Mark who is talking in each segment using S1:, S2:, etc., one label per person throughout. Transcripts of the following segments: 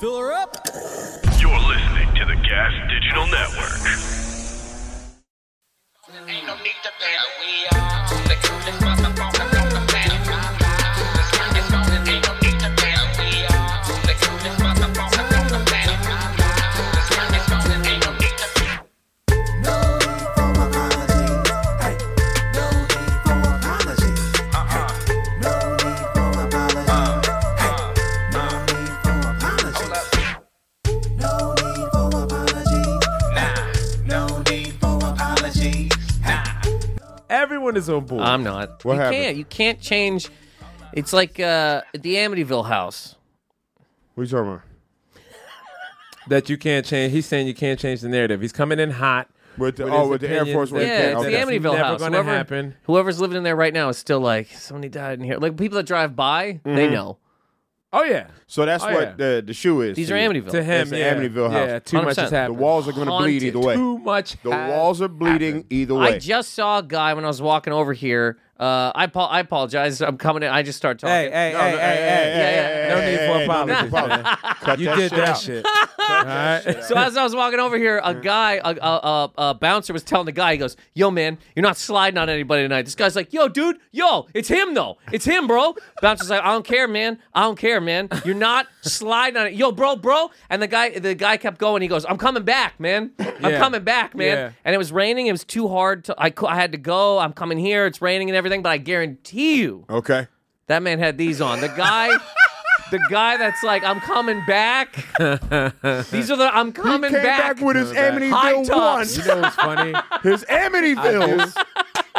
S1: Fill her up.
S2: You're listening to the Gas Digital Network.
S3: Ain't no need to panic. We are the coolest motherfuckers on the planet. Let's get this going. Ain't no need to panic. We are the coolest motherfuckers on the planet. Let's get this going. Ain't no need to panic.
S4: Everyone is on board.
S5: I'm not.
S4: What
S5: you
S4: happened?
S5: can't. You can't change. It's like uh, the Amityville house.
S4: What you talking about? That you can't change. He's saying you can't change the narrative. He's coming in hot.
S6: With the-
S4: his
S6: oh, with the Air
S4: opinions
S6: Force One.
S4: that-
S6: Okay,
S5: Yeah, it's
S6: okay.
S5: the
S4: that's
S5: Amityville
S4: never
S5: house.
S4: gonna
S5: Whoever-
S4: happen.
S5: Whoever's living in there right now is still like somebody died in here. Like people that drive by,
S6: Mm-hmm.
S5: they know.
S4: Oh yeah,
S6: So that's
S4: Oh,
S6: what
S4: yeah.
S6: the the shoe is.
S5: These
S6: to
S5: are
S6: you.
S5: Amityville.
S4: to him,
S6: That's the
S4: yeah.
S6: Amityville house.
S4: Yeah, too much has
S5: 100%.
S6: The
S4: happened.
S6: walls are going to
S5: Haunted.
S6: bleed either way.
S4: Too much.
S6: The
S4: has
S6: walls are bleeding
S4: happened.
S6: either way.
S5: I just saw a guy when I was walking over here. Uh, I apo- I apologize. I'm coming in. I just start talking.
S4: Hey, hey, hey, hey, hey,
S5: yeah.
S4: No need for apologies,
S6: apologies. Cut
S4: You
S6: that
S4: did
S6: shit
S4: that
S6: out.
S4: shit. All right.
S5: So as I was walking over here, a guy, a, a, a, a bouncer was telling the guy, he goes, "Yo, man, you're not sliding on anybody tonight." This guy's like, "Yo, dude, yo, it's him though, it's him, bro." Bouncer's like, "I don't care, man, I don't care, man. You're not sliding on it, yo, bro, bro." And the guy, the guy kept going. He goes, "I'm coming back, man. I'm
S4: Yeah.
S5: coming back, man."
S4: Yeah.
S5: And it was raining. It was too hard. To, I cou- I had to go. I'm coming here. It's raining and everything, but I guarantee you,
S6: Okay.
S5: that man had these on. The guy. The guy that's like, I'm coming back. These are the I'm coming
S6: Came back with his
S5: High
S6: Amityville one.
S5: tops.
S4: You know what's funny?
S6: His
S4: I
S6: Amityville.
S4: do.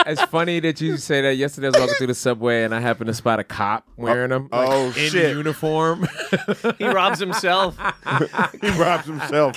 S4: It's funny that you say that. Yesterday, I was walking through the subway and I happened to spot a cop wearing them. like,
S6: oh,
S4: in
S6: shit.
S4: uniform.
S5: He robs himself.
S6: He robs himself.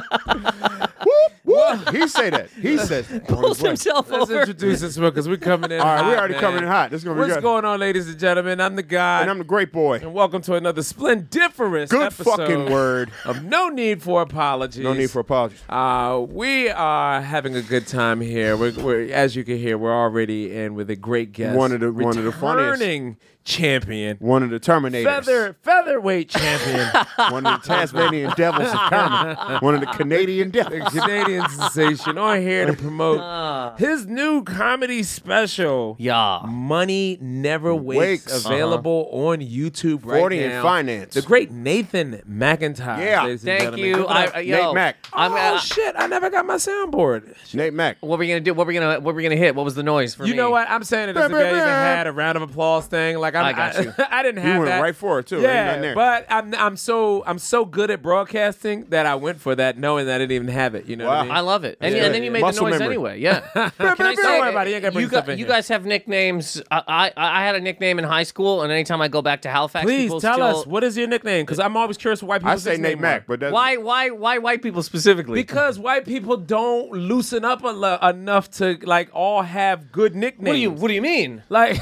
S6: Whoop, whoop. He say that. He says that. on his
S5: Pulls
S6: way.
S5: himself
S4: Let's
S5: over.
S4: introduce this one because we're coming in.
S6: All right,
S4: hot,
S6: we already
S4: man.
S6: coming in hot. This is gonna be
S4: What's
S6: good.
S4: going on, ladies and gentlemen? I'm the guy,
S6: And I'm the great boy.
S4: and welcome to another splendiferous
S6: Good
S4: episode
S6: fucking word.
S4: of No Need for Apologies.
S6: No need for apologies.
S4: Uh, we are having a good time here. We're, we're as you can hear, we're already in with a great guest,
S6: One of the- one of the funniest.
S4: returning champion,
S6: One of the Terminators.
S4: feather featherweight champion,
S6: One of the Tasmanian devils of karma. One of the Canadian devils.
S4: Canadian sensation, on here to promote his new comedy special.
S5: Yeah.
S4: Money Never Wakes,
S6: Wakes.
S4: available on YouTube right
S6: 40
S4: now.
S6: and Finance.
S4: The great Nathan McIntyre.
S6: Yeah.
S4: ladies and
S5: Thank
S4: gentlemen.
S5: you.
S4: Give it up.
S5: I, I- yo,
S6: Nate Mack.
S5: I'm,
S4: oh
S5: uh,
S4: shit! I never got my soundboard.
S6: Nate Mack.
S5: what we gonna do? What we gonna what we gonna hit? What was the noise for
S4: You
S5: me?
S4: know what? I'm saying it as if
S6: Bah, bah,
S4: they even
S6: bah.
S4: had a round of applause thing. Like I'm,
S5: I got you.
S4: I, didn't have
S6: went
S4: that.
S6: right for it, too. Ain't nothing
S4: Yeah,
S6: there.
S4: but I'm I'm so I'm so good at broadcasting that I went for that, knowing that I didn't even have it. You know what I
S6: Wow.
S4: mean?
S5: I love it. And,
S6: Yeah.
S5: and then you made
S6: Muscle
S5: the noise
S6: memory.
S5: anyway. Yeah. Can I
S4: Don't worry about it. You ain't gotta bring
S5: you,
S4: stuff in
S5: you
S4: here.
S5: guys have nicknames. I, I I had a nickname in high school, and anytime I go back to Halifax,
S4: Please
S5: people
S4: tell
S5: still,
S4: us what is your nickname? Because I'm always curious what white people.
S6: I say Nate Mack, but that's
S5: why why why white people specifically?
S4: Because white people don't loosen up alo- enough to like all have good nicknames.
S5: what do you what do you mean?
S4: like?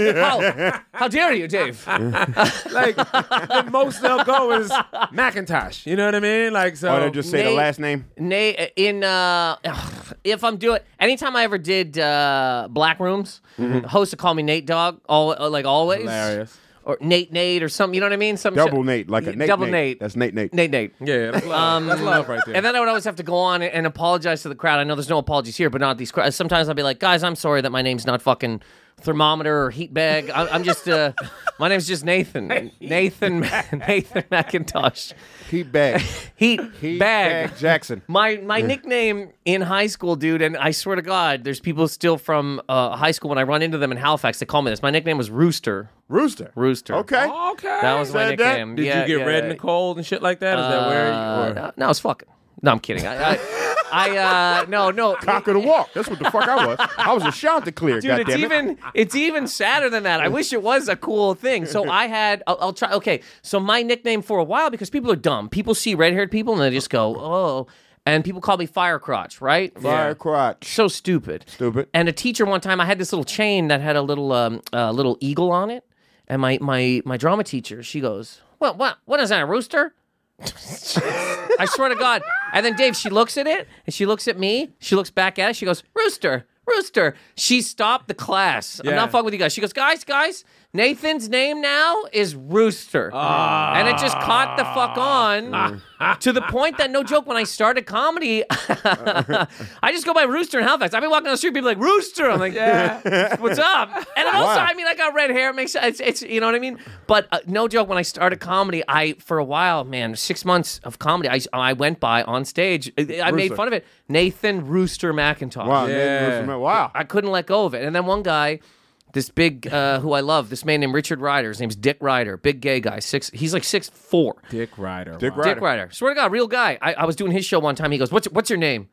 S5: How, how dare you, Dave?
S4: like the most they'll go is Macintosh. You know what I mean? Like so.
S6: Why don't just say the
S5: Nate-
S6: last name?
S5: Nay, in uh, if I'm doing anytime I ever did uh, black rooms,
S6: Mm-hmm.
S5: the host would call me Nate Dog, all uh, like always,
S4: Hilarious.
S5: or Nate Nate or something. You know what I mean? Some
S6: Double
S5: shit-
S6: Nate, like a Nate.
S5: double
S6: Nate.
S5: Nate.
S6: That's Nate Nate.
S5: Nate Nate.
S4: yeah, that's love.
S5: Um,
S4: that's love right there.
S5: And then I would always have to go on and, and apologize to the crowd. I know there's no apologies here, but not these. Cr- sometimes I'll be like, guys, I'm sorry that my name's not fucking thermometer or heat bag. I, I'm just uh, my name's just Nathan. Nathan Nathan McIntosh.
S6: He bag.
S5: Heat,
S6: He
S5: bag.
S6: Jackson.
S5: My my nickname in high school, dude, and I swear to God, there's people still from uh, high school when I run into them in Halifax. They call me this. My nickname was Rooster.
S6: Rooster.
S5: Rooster. Oh,
S6: Okay.
S4: okay.
S5: That was my
S6: Said that?
S5: nickname.
S4: Did
S5: Yeah,
S4: you get
S5: yeah,
S4: red
S5: yeah.
S4: and cold and shit like that? Is
S5: Uh,
S4: that where? You, or-
S5: no, no, I was fucking. No, I'm kidding. I, I, I uh no no
S6: Cock of the walk. That's what the fuck I was. I was a shot to clear.
S5: Dude,
S6: goddamn
S5: it's
S6: it.
S5: even it's even sadder than that. I wish it was a cool thing. So I had I'll, I'll try. Okay, so my nickname for a while because people are dumb. People see red haired people and they just go oh, and people call me fire crotch, right?
S6: Fire crotch.
S5: So stupid.
S6: Stupid.
S5: And a teacher one time, I had this little chain that had a little um, uh, little eagle on it, and my my my drama teacher, she goes, "What what what is that? A rooster?" I swear to God. And then Dave, she looks at it and she looks at me. She looks back at it. She goes, "Rooster, rooster." She stopped the class. I'm
S4: Yeah.
S5: not fucking with you guys. She goes, "Guys, guys." Nathan's name now is Rooster. And it just caught the fuck on to the point that, no joke, when I started comedy, I just go by Rooster in Halifax. I've been walking down the street, people are like Rooster. I'm like, yeah, what's up? And also, I mean, I got red hair. It makes it's, it's you know what I mean. But uh, no joke, when I started comedy, I for a while, man, six months of comedy, I, I went by on stage. I, I made
S6: Rooster.
S5: fun of it. Nathan Rooster McIntosh.
S6: Wow.
S4: Yeah.
S6: man, listen, Wow.
S5: I couldn't let go of it. And then one guy, this big uh, who I love, this man named Richard Ryder. His name's Dick Ryder, big gay guy. Six. He's like six four.
S4: Dick Ryder.
S6: Dick
S4: wow.
S6: Ryder.
S5: Dick Ryder. Swear to God, real guy. I, I was doing his show one time. He goes, "What's what's your name?"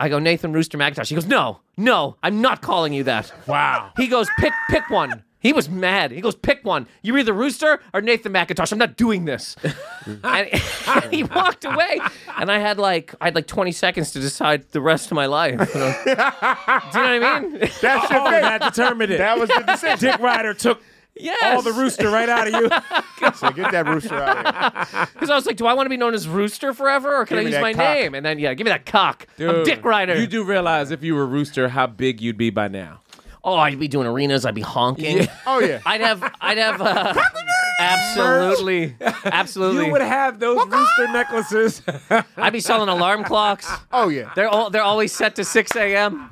S5: I go, "Nathan Rooster McIntosh." He goes, "No, no, I'm not calling you that."
S4: Wow.
S5: He goes, "Pick pick one." He was mad. He goes, "Pick one. You're either Rooster or Nathan McIntosh. I'm not doing this." and he walked away. And I had like I had like 20 seconds to decide the rest of my life. Do you know what I mean?
S6: That's your
S4: Oh,
S6: thing.
S4: that determined it.
S6: That was the decision.
S4: Dick Ryder took
S5: yes.
S4: all the rooster right out of you.
S6: so get that rooster out of here.
S5: Because I was like, do I want to be known as Rooster forever, or can
S6: Give
S5: I
S6: me
S5: use
S6: that
S5: my
S6: cock.
S5: name? And then yeah, give me that cock. I'm
S4: Dude,
S5: Dick Ryder.
S4: You do realize if you were Rooster, how big you'd be by now.
S5: Oh, I'd be doing arenas. I'd be honking.
S6: Oh yeah.
S5: I'd have, I'd have, uh, absolutely, absolutely.
S4: You would have those rooster necklaces.
S5: I'd be selling alarm clocks.
S6: Oh yeah.
S5: They're all, they're always set to 6 a.m.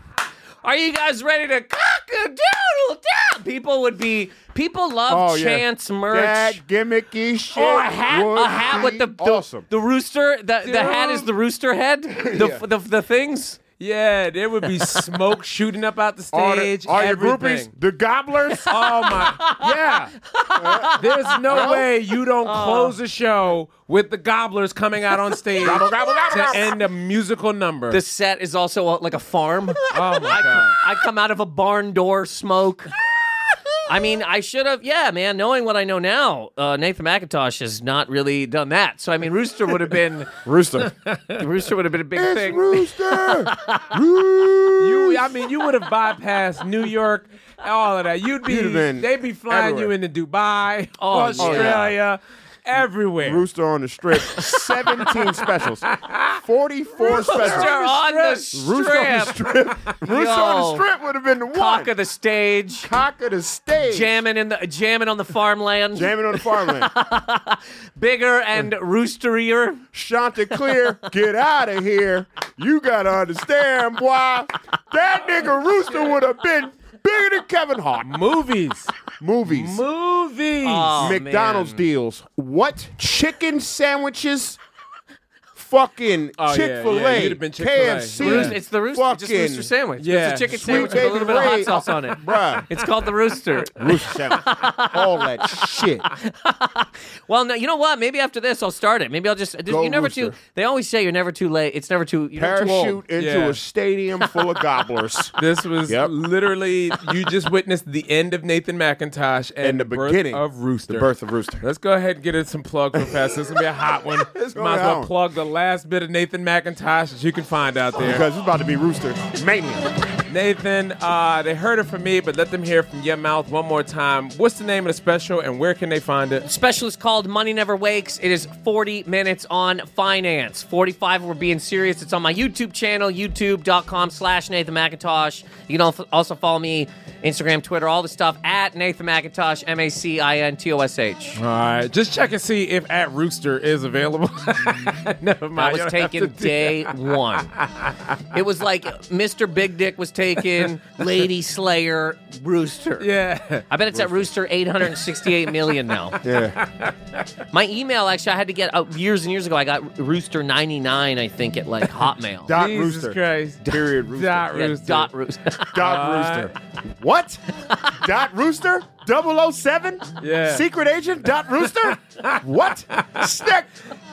S5: Are you guys ready to cock a doodle down? People would be, people love
S6: Oh, yeah.
S5: chance merch.
S6: That gimmicky shit.
S5: Or a hat,
S6: would
S5: a hat with
S6: be
S5: the, the
S6: awesome.
S5: the rooster. The, the hat is the rooster head. The,
S6: Yeah.
S5: the, the things.
S4: yeah, there would be smoke shooting up out the
S6: All the-
S4: stage.
S6: all your
S4: everything.
S6: groupies, the gobblers.
S4: Oh my!
S6: yeah.
S4: There's no way you don't close the show with the gobblers coming out on stage
S6: Gobble, gobble, gobble,
S4: to
S6: gobble.
S4: end a musical number.
S5: The set is also uh, like a farm.
S4: oh my god!
S5: I come out of a barn door smoke. I mean, I should have. Yeah, man. Knowing what I know now, uh, Nathan McIntosh has not really done that. So I mean, Rooster would have been
S6: Rooster.
S5: Rooster would have been a big
S6: It's
S5: thing.
S6: Rooster. Roo-
S4: You, I mean, you would have bypassed New York, all of that. You'd be,
S6: You'd have been
S4: they'd be flying
S6: everywhere.
S4: you into Dubai,
S5: Oh, yeah.
S4: Australia, everywhere.
S6: Rooster on the strip. 17 specials. 44
S5: Rooster
S6: specials.
S5: on the
S6: Rooster on the
S5: strip,
S6: strip. Rooster
S5: Yo.
S6: on the strip would have been the one.
S5: cock of the stage,
S6: Cock of the stage.
S5: jamming in the jamming on the farmland,
S6: Jamming on the farmland.
S5: bigger and
S6: Oh,
S5: roosterier.
S6: Chanticleer, get out of here. You gotta understand, boy. That nigga Rooster would have been bigger than Kevin Hart.
S4: Movies,
S6: Movies.
S4: movies.
S5: Oh,
S6: McDonald's
S5: man.
S6: deals. What? Chicken sandwiches? Fucking
S4: Oh, yeah,
S6: Chick fil
S4: yeah, you'd
S6: A,
S4: have been Chick-fil-A.
S6: KFC.
S4: Rooster-
S5: Rooster- It's the rooster, just
S6: Fucking
S5: rooster sandwich.
S4: yeah.
S5: it's a chicken
S4: Sweet
S5: sandwich with a little
S6: baby
S5: bit of hot
S6: Ray.
S5: sauce on it.
S6: Bruh.
S5: It's called the rooster.
S6: Rooster sandwich. All that shit.
S5: Well, no, you know what? Maybe after this, I'll start it. Maybe I'll just.
S6: Go
S5: you're never
S6: Rooster.
S5: too. They always say you're never too late. It's never too. You're never too old.
S6: Parachute into
S4: Yeah.
S6: a stadium full of gobblers.
S4: This was
S6: Yep.
S4: literally you just witnessed the end of Nathan McIntosh and,
S6: And the
S4: birth
S6: beginning
S4: of Rooster.
S6: The birth of Rooster.
S4: Let's go ahead and get in some plugs real fast. This is gonna be a hot one. Might as
S6: It's gonna be a hot
S4: well
S6: one.
S4: plug the last bit of Nathan McIntosh that you can find out there.
S6: Because it's about to be Rooster Mania.
S4: Nathan, uh, they heard it from me, but let them hear it from your mouth one more time. What's the name of the special and where can they find it?
S5: Special is called Money Never Wakes. It is 40 minutes on finance. 45 if we're being serious. It's on my YouTube channel, youtube.com slash Nathan McIntosh. You can al- also follow me, Instagram, Twitter, all the stuff at Nathan McIntosh, M A C I N T O S H.
S4: All right, just check and see if at Rooster is available. Never
S5: That
S4: mind. you
S5: was
S4: don't have to
S5: taken
S4: do
S5: day one. It was like Mr. Big Dick was taken, Lady Slayer, Rooster.
S4: Yeah.
S5: I bet it's at Rooster 868 million now.
S6: Yeah.
S5: My email, actually, I had to get uh, years and years ago. I got Rooster99, I think, at like Hotmail.
S6: Dot
S4: Jesus
S6: Rooster.
S4: Christ.
S6: Period Rooster.
S4: Dot
S5: Yeah,
S4: Rooster.
S5: dot Rooster.
S6: Dot Rooster. What? Dot Rooster? 007?
S4: Yeah.
S6: Secret agent dot rooster? what? Snack.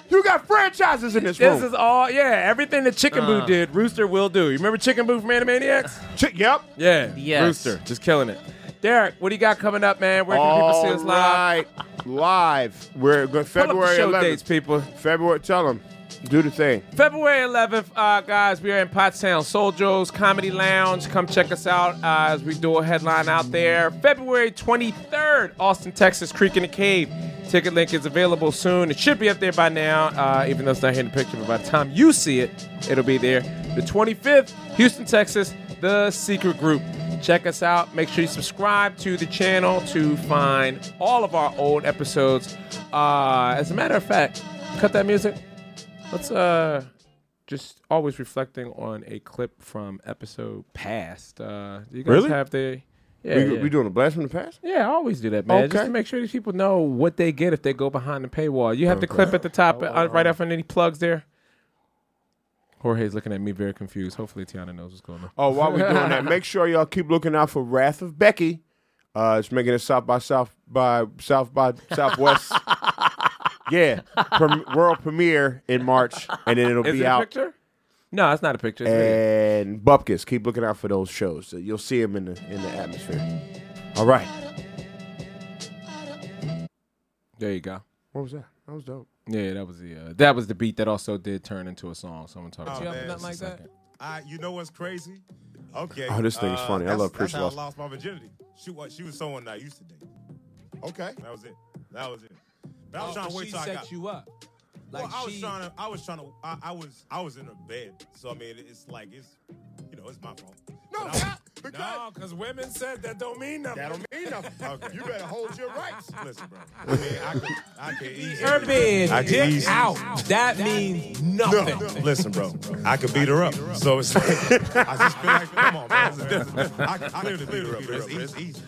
S6: You got franchises in this,
S4: This
S6: room.
S4: is all, yeah. Everything that Chicken Boo did, Rooster will do. You remember Chicken Boo from Animaniacs?
S6: Ch- yep.
S4: Yeah.
S5: Yes.
S4: Rooster, just killing it. Derek, what do you got coming up, man? Where can people see us live?
S6: live? Live. We're going
S4: Pull up the
S6: February
S4: show
S6: 11th.
S4: dates, people.
S6: February. Tell them. Do the thing.
S4: February 11th, uh, guys, we are in Pottstown Soul Joe's Comedy Lounge. Come check us out uh, as we do a headline out there. February 23rd, Austin, Texas, Creek in the Cave. Ticket link is available soon. It should be up there by now, uh, even though it's not here in the picture, but by the time you see it, it'll be there. The 25th, Houston, Texas, The Secret Group. Check us out. Make sure you subscribe to the channel to find all of our old episodes. Uh, as a matter of fact, cut that music. Let's uh just always reflecting on a clip from episode past. Uh do you guys
S6: Really?
S4: have the yeah,
S6: we,
S4: yeah.
S6: we doing a blast from the past?
S4: Yeah, I always do that, man. Just
S6: Okay.
S4: to make sure these people know what they get if they go behind the paywall. You have the clip at the top,
S7: Oh,
S4: uh, right after any plugs there. Jorge's looking at me very confused. Hopefully, Tiana knows what's going on.
S6: Oh, while we're doing that, make sure y'all keep looking out for Wrath of Becky. Uh, it's making it South by South by South by Southwest. yeah, Prem- world premiere in March, and then it'll
S4: Is
S6: be
S4: it a
S6: out.
S4: picture? No, it's not a picture. It's video.
S6: And Bupkis, keep looking out for those shows. You'll see them in the in the atmosphere. All right.
S4: there you go.
S6: What was that? That was dope.
S4: Yeah, that was the uh, that was the beat that also did turn into a song. Someone talked about
S7: Oh, man.
S4: nothing like that.
S7: I, you know what's crazy? Okay. uh,
S6: Oh, this thing's funny. I
S7: that's-
S6: love
S7: that's
S6: Preach
S7: how I
S6: Lost.
S7: lost my virginity. She was she was someone I used to date.
S6: Okay.
S7: That was it. That was it. But
S4: Oh,
S7: I was trying to wait till I got.
S8: up.
S7: well, I was trying to. I was trying to. I, I was. I was in her bed. So I mean, it's like it's. You know, it's my fault. No,
S8: No, because women said that don't mean nothing.
S7: that don't mean nothing. You better hold your rights. Listen, bro. I mean, I could. I could easily.
S8: Urban,
S7: I can
S8: dick
S7: easily-
S8: out. That means
S7: No,
S8: nothing.
S7: listen, bro. I could beat her up. So it's like, I just feel like, come on, man. It's- it's- I, I could beat her up, but it's easy.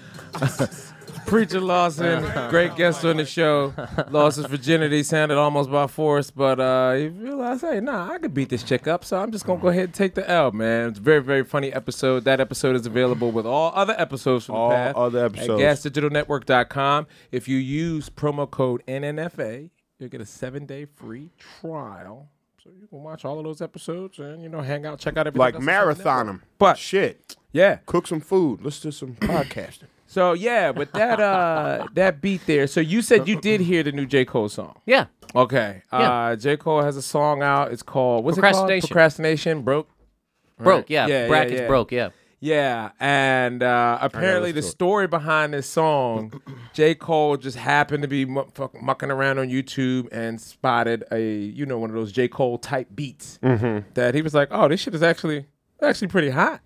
S4: Preacher Lawson, great guest on the show. Lost his virginity, sounded almost by force, but uh, he realized, hey, nah, I could beat this chick up, so I'm just gonna go ahead and take the L, man. It's a very, very funny episode. That episode is available with all other episodes from
S6: All
S4: the past.
S6: other episodes.
S4: at gasdigitalnetwork.com. If you use promo code NNFA, you'll get a seven day free trial. So you can watch all of those episodes and you know hang out, check out everything.
S6: Like
S4: else that's on the
S6: marathon
S4: network.
S6: them.
S4: But-
S6: shit,
S4: Yeah.
S6: cook some food. Let's do some podcasting.
S4: So yeah, with that uh that beat there. So you said you did hear the new J. Cole song.
S5: Yeah.
S4: Okay. Uh
S5: Yeah.
S4: J. Cole has a song out. It's called what's it
S5: Procrastination.
S4: called? Procrastination. Broke.
S5: Broke, yeah.
S4: Yeah, yeah,
S5: Brackets
S4: yeah.
S5: broke, yeah.
S4: Yeah. And uh apparently the story behind this song, J. Cole just happened to be mu- fuck- mucking around on YouTube and spotted a you know one of those J. Cole type beats that he was like, oh, this shit is actually actually pretty hot.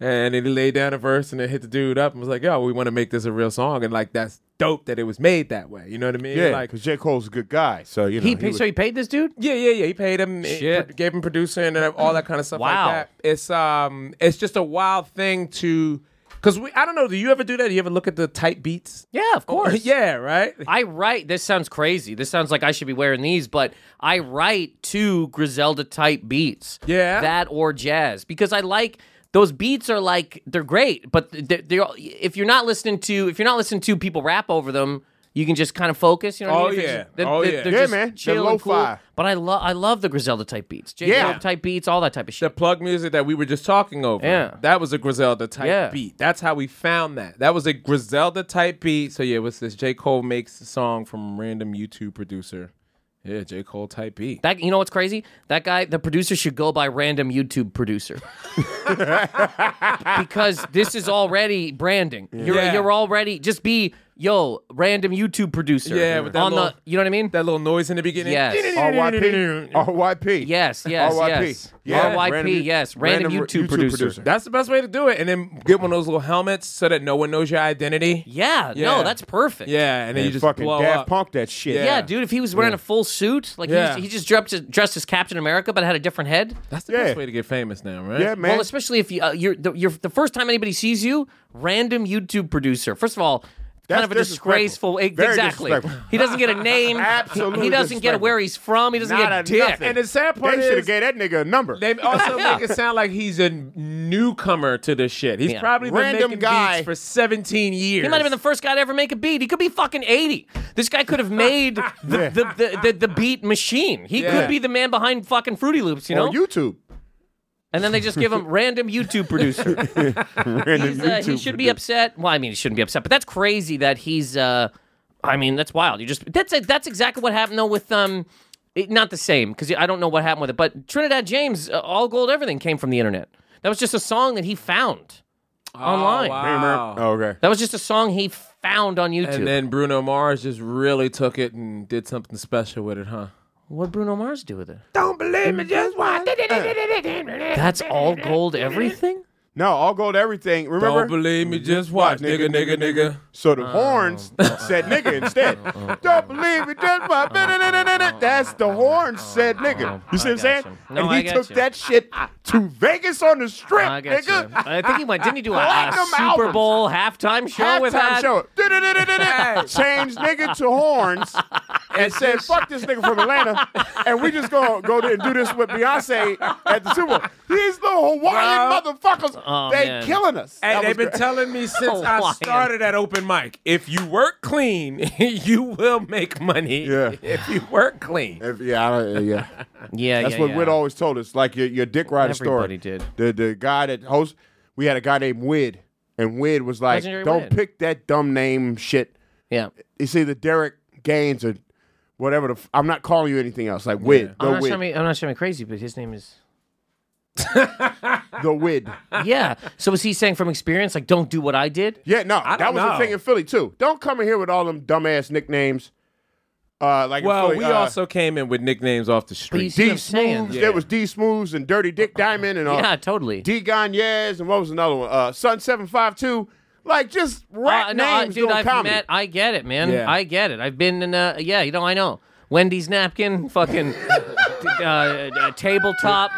S4: And then he laid down a verse and then hit the dude up and was like, yo, we want to make this a real song. And like, that's dope that it was made that way. You know what I mean?
S6: yeah,
S4: Like,
S6: because J Cole's a good guy. So you know
S5: He, paid
S6: was-
S5: so he paid this dude?
S4: Yeah, yeah, yeah. He paid him, eh,
S5: Shit.
S4: pro- gave him producer and uh, all that kind of stuff
S5: Wow.
S4: like that. It's um, it's just a wild thing to, cause we. I don't know. Do you ever do that? Do you ever look at the tight beats?
S5: Yeah, of course.
S4: yeah, right.
S5: I write. This sounds crazy. This sounds like I should be wearing these, but I write to Griselda type beats.
S4: Yeah.
S5: that or jazz because I like those beats. Are like they're great, but they're, they're if you're not listening to if you're not listening to people rap over them. You can just kind of focus, you know.
S4: Oh,
S5: what I mean? If it's
S4: yeah.
S5: just- they're-
S4: Oh,
S5: they're-
S4: yeah.
S5: they're
S6: Yeah,
S5: just
S6: man. They're
S5: chill and cool.
S6: lo-fi.
S5: But I love, I love the Griselda type beats, J.
S6: Yeah.
S5: Cole type beats, all that type of
S4: The
S5: shit.
S4: plug music that we were just talking over.
S5: Yeah.
S4: that was a Griselda type
S5: Yeah.
S4: beat. That's how we found that. That was a Griselda type beat. So yeah, what's this? J Cole makes a song from random YouTube producer. Yeah, J Cole type beat.
S5: That you know what's crazy? That guy, the producer, should go by random YouTube producer because this is already branding. You're
S4: Yeah.
S5: you're already just be yo random YouTube producer.
S4: Yeah, with that
S5: on
S4: little-
S5: the you know what I mean?
S4: that little noise in the beginning.
S5: Yes.
S6: RYP. RYP.
S5: yes, yes,
S6: RYP.
S5: yes.
S6: Yeah.
S5: RYP,
S6: Random-
S5: yes, random,
S6: random
S5: YouTube,
S6: YouTube
S5: producer.
S6: producer.
S4: That's the best way to do it. And then get one of those little helmets so that no one knows your identity.
S5: Yeah,
S4: Yeah.
S5: no, that's perfect.
S4: Yeah, and then you just
S6: fucking
S4: blow
S6: Daft
S4: up.
S6: Punk that shit.
S5: Yeah,
S4: Yeah.
S5: dude, if he was wearing a full suit, like
S4: Yeah.
S5: he, was, he just dressed, as- dressed as Captain America, but had a different head.
S4: That's the
S6: Yeah.
S4: best way to get famous now, right?
S6: Yeah, man.
S5: Well, especially if you uh, you're the, you're the first time anybody sees you, random YouTube producer. First of all,
S6: That's
S5: kind of a
S6: disrespectful.
S5: disgraceful. e-
S6: Very
S5: exactly.
S6: disrespectful.
S5: He doesn't get a name.
S6: Absolutely
S5: He doesn't get
S6: disrespectful.
S5: where he's from. He doesn't
S6: Not
S5: get
S6: a
S5: dick.
S6: nothing.
S4: And the sad part
S6: They should
S4: is
S6: have gave that nigga a number.
S4: they oh, also make it sound like he's a newcomer to this shit. He's
S5: Yeah.
S4: probably been
S6: Random
S4: making
S6: guy.
S4: beats for 17 years.
S5: He might have been the first guy to ever make a beat. He could be fucking 80. This guy could have made the,
S6: Yeah.
S5: the, the, the, the beat machine. He
S4: Yeah.
S5: could be the man behind fucking Fruity Loops, you know?
S6: on YouTube.
S5: and then they just give him random YouTube producer.
S6: Random
S5: He's, uh, he
S6: YouTube
S5: should be upset. Well, I mean, he shouldn't be upset, but that's crazy that he's. Uh, I mean, that's wild. You just that's uh, that's exactly what happened though with um, it, not the same because I don't know what happened with it, but Trinidad James, uh, all gold, everything came from the internet. That was just a song that he found online.
S4: Oh, wow.
S6: Oh, okay.
S5: That was just a song he found on YouTube.
S4: And then Bruno Mars just really took it and did something special with it, huh?
S5: what did Bruno Mars do with it?
S4: Don't believe me, just watch it.
S5: That's all gold, everything.
S6: No, all gold everything. Remember?
S4: Don't believe me, just watch, nigga, nigga, nigga. Oh,
S6: so
S5: Oh.
S6: the horns said nigga instead. Don't believe it, just my
S5: oh,
S6: That's the horns said nigga. You see what I'm
S5: I got
S6: saying?
S5: you. No,
S6: and
S5: I
S6: he
S5: got
S6: took
S5: you.
S6: that shit to Vegas on the strip,
S5: I got you.
S6: nigga.
S5: I think he went. Didn't he do a, a
S6: Platinum
S5: Super
S6: albums.
S5: Bowl halftime show with
S6: Halftime
S5: that?
S6: show. Changed nigga to horns and said, fuck this nigga from Atlanta. And we just gonna go there and do this with Beyonce at the Super Bowl. These little Hawaiian motherfuckers,
S5: Oh,
S6: they
S5: man.
S6: killing us.
S4: Hey,
S6: That
S4: they've
S6: was
S4: been
S6: great.
S4: telling me since I
S5: Hawaiian.
S4: started at open mic, if you work clean, you will make money.
S6: Yeah.
S4: If you work clean.
S6: If- yeah, I don't- yeah.
S5: Yeah,
S6: That's
S5: yeah,
S6: what
S5: yeah.
S6: Wid always told us. Like your, your dick rider
S5: Everybody
S6: story.
S5: did.
S6: The the guy that hosts, we had a guy named Wid, and Wid was like,
S5: Legendary
S6: "Don't
S5: Wid.
S6: pick that dumb name shit."
S5: Yeah.
S6: It's either Derek Gaines or whatever. The f- I'm not calling you anything else. Like Wid,
S5: I'm
S6: the
S5: not,
S6: Wid,
S5: showing me, I'm not showing me crazy, but his name is.
S6: the Wid.
S5: Yeah. So was he saying from experience, like, don't do what I did?
S6: Yeah, no,
S4: I
S6: that
S4: don't
S6: was
S4: know.
S6: the thing in Philly too. Don't come in here with all them dumbass nicknames. Uh, like in
S4: Well,
S6: Philly,
S4: we
S6: uh,
S4: also came in with nicknames off the
S5: But
S4: street.
S5: you see what
S6: D
S5: I'm saying?
S6: Smooths. There was D Smooths and Dirty Dick Diamond and all.
S5: Yeah, totally.
S6: D Gagnez and what was another one? Uh, Sun Seven Five Two. Like just rat
S5: Uh, no, I,
S6: names
S5: dude,
S6: doing
S5: I've
S6: comedy.
S5: met. I get it, man.
S4: Yeah.
S5: I get it. I've been in. Uh, yeah, you know, I know. Wendy's napkin, fucking uh, uh, tabletop,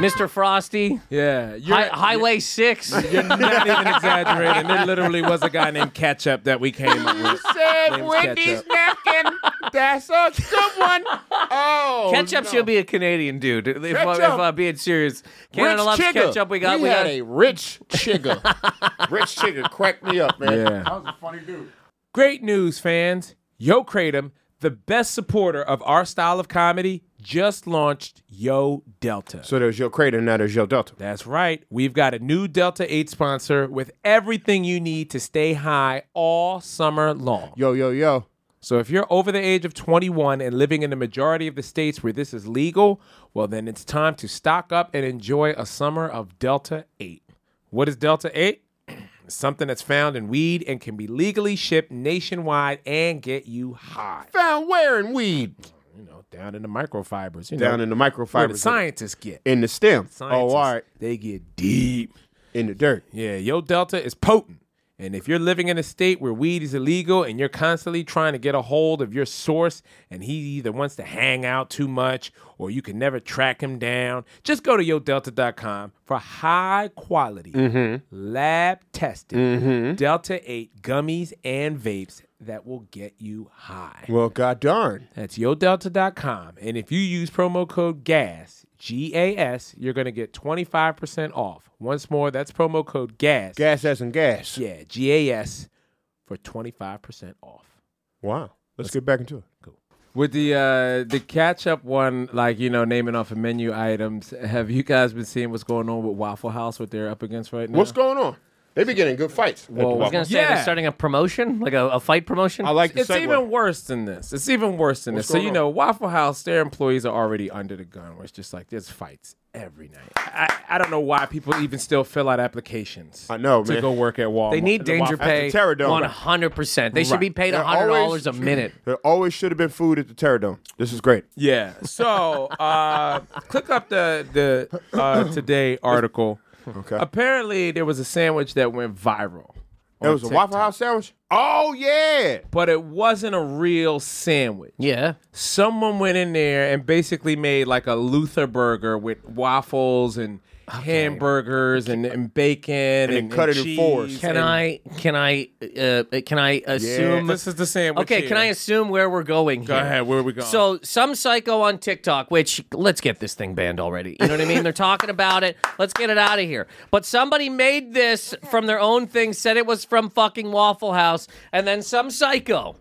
S5: Mr. Frosty,
S4: Yeah. You're,
S5: hi- Highway Six.
S4: you're not even exaggerating. There literally was a guy named Ketchup that we came up with.
S6: said
S4: Name's
S6: Wendy's napkin. That's a good one. Oh,
S5: Ketchup
S6: no.
S5: should be a Canadian dude. If, uh, if
S6: Ketchup.
S5: I'm being serious,
S6: Rich
S5: Canada loves
S6: Chigga.
S5: ketchup. We got. We,
S6: had
S5: got.
S6: a rich chigger. rich chigger cracked me up, man.
S4: Yeah.
S6: That was a funny dude.
S4: Great news, fans. Yo Kratom, the best supporter of our style of comedy, just launched Yo Delta.
S6: So there's your crater, now there's your delta.
S4: That's right. We've got a new Delta 8 sponsor with everything you need to stay high all summer long.
S6: Yo, yo, yo.
S4: So if you're over the age of 21 and living in the majority of the states where this is legal, well, then it's time to stock up and enjoy a summer of Delta 8. What is Delta 8? It's something that's found in weed and can be legally shipped nationwide and get you high.
S6: Found wearing weed
S4: You know, down in the microfibers. You
S6: down
S4: know,
S6: in the
S4: where the
S6: microfibers
S4: scientists get.
S6: in the stem. Oh,
S4: Scientists,
S6: all right,
S4: They get deep.
S6: in the dirt.
S4: Yeah, Yo Delta is potent. And if you're living in a state where weed is illegal and you're constantly trying to get a hold of your source and he either wants to hang out too much or you can never track him down, just go to yodelta.com for high quality, lab tested
S6: Mm-hmm.
S4: Delta 8 gummies and vapes that will get you high.
S6: Well, god darn.
S4: That's yodelta.com. And if you use promo code GAS, G A S, you're going to get 25% off. Once more, that's promo code GAS.
S6: Gas as in gas.
S4: Yeah, G A S for 25% off.
S6: Wow. Let's get back into it.
S4: With the uh, the catch up one, like you know, naming off of menu items, have you guys been seeing what's going on with Waffle House? What they're up against right now?
S6: What's going on? They be getting good fights. at the
S4: Whoa.
S5: I was gonna
S6: Waffle.
S5: say they're
S4: Yeah.
S5: starting a promotion, like a, a fight promotion.
S6: I like the
S4: it's
S6: segue.
S4: even worse than this. It's even worse than
S6: What's
S4: this. So
S6: going
S4: you
S6: on?
S4: know, Waffle House, their employees are already under the gun. Where it's just like there's fights every night. I, I don't know why people even still fill out applications.
S6: I know,
S4: to
S6: man.
S4: go work at Walmart.
S5: They need
S4: the
S5: danger
S4: Waffle-
S5: pay
S6: the Terror Dome.
S5: one hundred percent. They should be paid
S6: They're
S5: hundred dollars
S6: always-
S5: a minute.
S6: There always should have been food at the Terror Dome. This is great.
S4: Yeah. So uh, click up the the uh, today article.
S6: Okay.
S4: Apparently, there was a sandwich that went viral.
S6: It was a Waffle House sandwich. Oh yeah.
S4: But it wasn't a real sandwich.
S5: Yeah.
S4: Someone went in there and basically made like a Luther burger with waffles and hamburgers and, and bacon and,
S6: then cut
S4: and
S6: Ah, it in fours.
S4: cheese
S5: Can
S4: and-
S5: I? Can I? Uh, can I assume?
S4: This is the sandwich.
S5: Okay, can I
S4: here.
S5: assume where we're going?
S4: Go
S5: here?
S4: ahead. Where are we going?
S5: So some psycho on TikTok, which let's get this thing banned already. You know what I mean? They're talking about it. Let's get it out of here. But somebody made this from their own thing, said it was from fucking Waffle House, and then some psycho,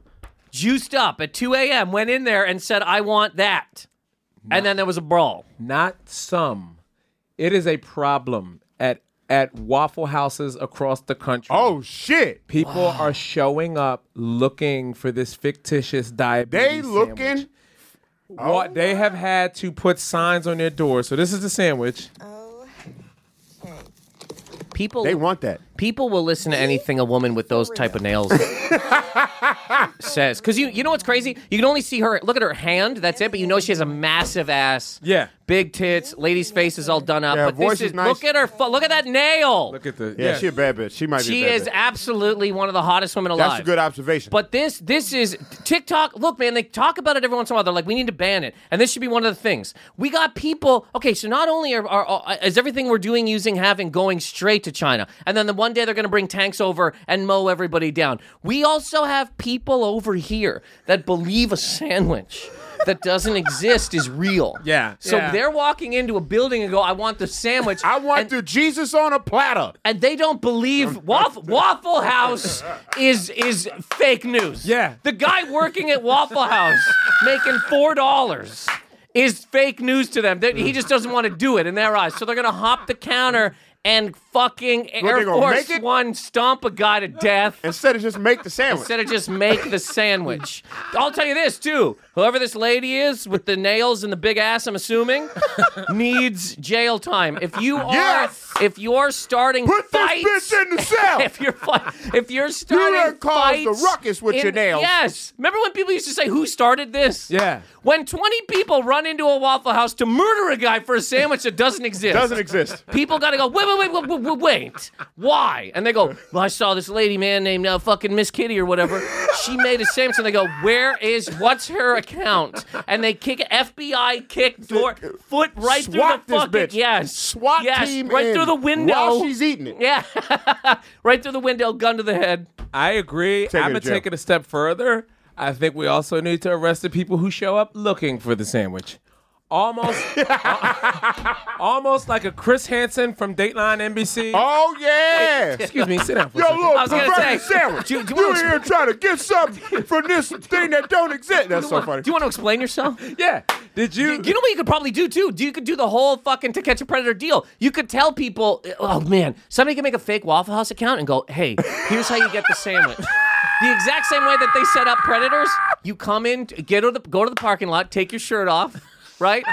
S5: juiced up at 2 a.m., went in there and said, "I want that," and then there was a brawl.
S4: not some. It is a problem at at Waffle Houses across the country.
S6: Oh shit!
S4: People are showing up looking for this fictitious
S6: They
S4: diabetes.
S6: looking.
S4: sandwich.
S6: Oh,
S4: What they have had to put signs on their door. So this is the sandwich.
S5: People,
S6: They want that.
S5: people will listen to anything a woman with those type of nails says. Because you, you know what's crazy? You can only see her. Look at her hand. That's it. But you know she has a massive ass.
S4: Yeah.
S5: Big tits. Lady's face is all done up.
S6: Yeah, her
S5: but this
S6: voice is
S5: is-
S6: nice.
S5: Look at her. fo- Look at that nail.
S4: Look at the
S6: Yeah, she a bad bitch. She might
S5: she
S6: be. A bad
S5: is
S6: bitch.
S5: absolutely one of the hottest women alive.
S6: That's a good observation.
S5: But this this is TikTok. Look, man, they talk about it every once in a while. They're like, we need to ban it, and this should be one of the things. We got people. Okay, so not only are, are, are is everything we're doing, using, having going straight to China, and then the one day they're going to bring tanks over and mow everybody down. We also have people over here that believe a sandwich. That doesn't exist is real.
S4: Yeah,
S5: So
S4: yeah.
S5: they're walking into a building and go, "I want the sandwich."
S6: I want
S5: and,
S6: the Jesus on a platter.
S5: and they don't believe Waffle, Waffle House is is fake news.
S4: Yeah.
S5: the guy working at Waffle House making four dollars is fake news to them. They- he just doesn't want to do it in their eyes, so they're gonna hop the counter and fucking Air
S6: they gonna
S5: Force
S6: make it?
S5: One stomp a guy to death.
S6: Instead of just make the sandwich.
S5: Instead of just make the sandwich. I'll tell you this too. Whoever this lady is with the nails and the big ass, I'm assuming, needs jail time. If you are
S6: Yes!
S5: if you're starting
S6: Put this
S5: fights,
S6: bitch in the cell!
S5: if you're fi- if you're starting
S6: done caused the
S5: fights
S6: ruckus with
S5: in-
S6: your nails.
S5: Yes. Remember when people used to say who started this?
S4: Yeah.
S5: When 20 people run into a Waffle House to murder a guy for a sandwich that doesn't exist.
S6: Doesn't exist.
S5: People gotta go, wait, wait, wait, wait, wait, wait. Why? And they go, well, I saw this lady, man, named uh, fucking Miss Kitty or whatever. She made a sandwich. And they go, where is, what's her account? And they kick, FBI kick door, foot right
S6: SWAT
S5: through
S6: this
S5: the fucking,
S6: bitch.
S5: yes.
S6: SWAT
S5: yes,
S6: team
S5: Right
S6: in
S5: through the window.
S6: while she's eating it.
S5: Yeah. right through the window, gun to the head.
S4: I agree.
S6: Take her
S4: I'm gonna
S6: to jail.
S4: take it a step further. I think we also need to arrest the people who show up looking for the sandwich. Almost, al- almost like a Chris Hansen from Dateline NBC.
S6: Oh yeah.
S4: Excuse me, sit down for a
S6: Yo,
S4: second.
S6: little
S5: I was gonna
S6: perverted
S5: say,
S6: sandwich.
S5: do-
S6: You,
S5: do you wanna-
S6: here trying to get something from this thing that don't exist. That's so funny.
S5: Do you want to explain yourself?
S4: Yeah. Did you?
S5: You know what you could probably do too? Do you could do the whole fucking to catch a predator deal. You could tell people, oh man, somebody can make a fake Waffle House account and go, hey, here's how you get the sandwich. The exact same way that they set up predators. You come in, get to the, go to the parking lot, take your shirt off, right?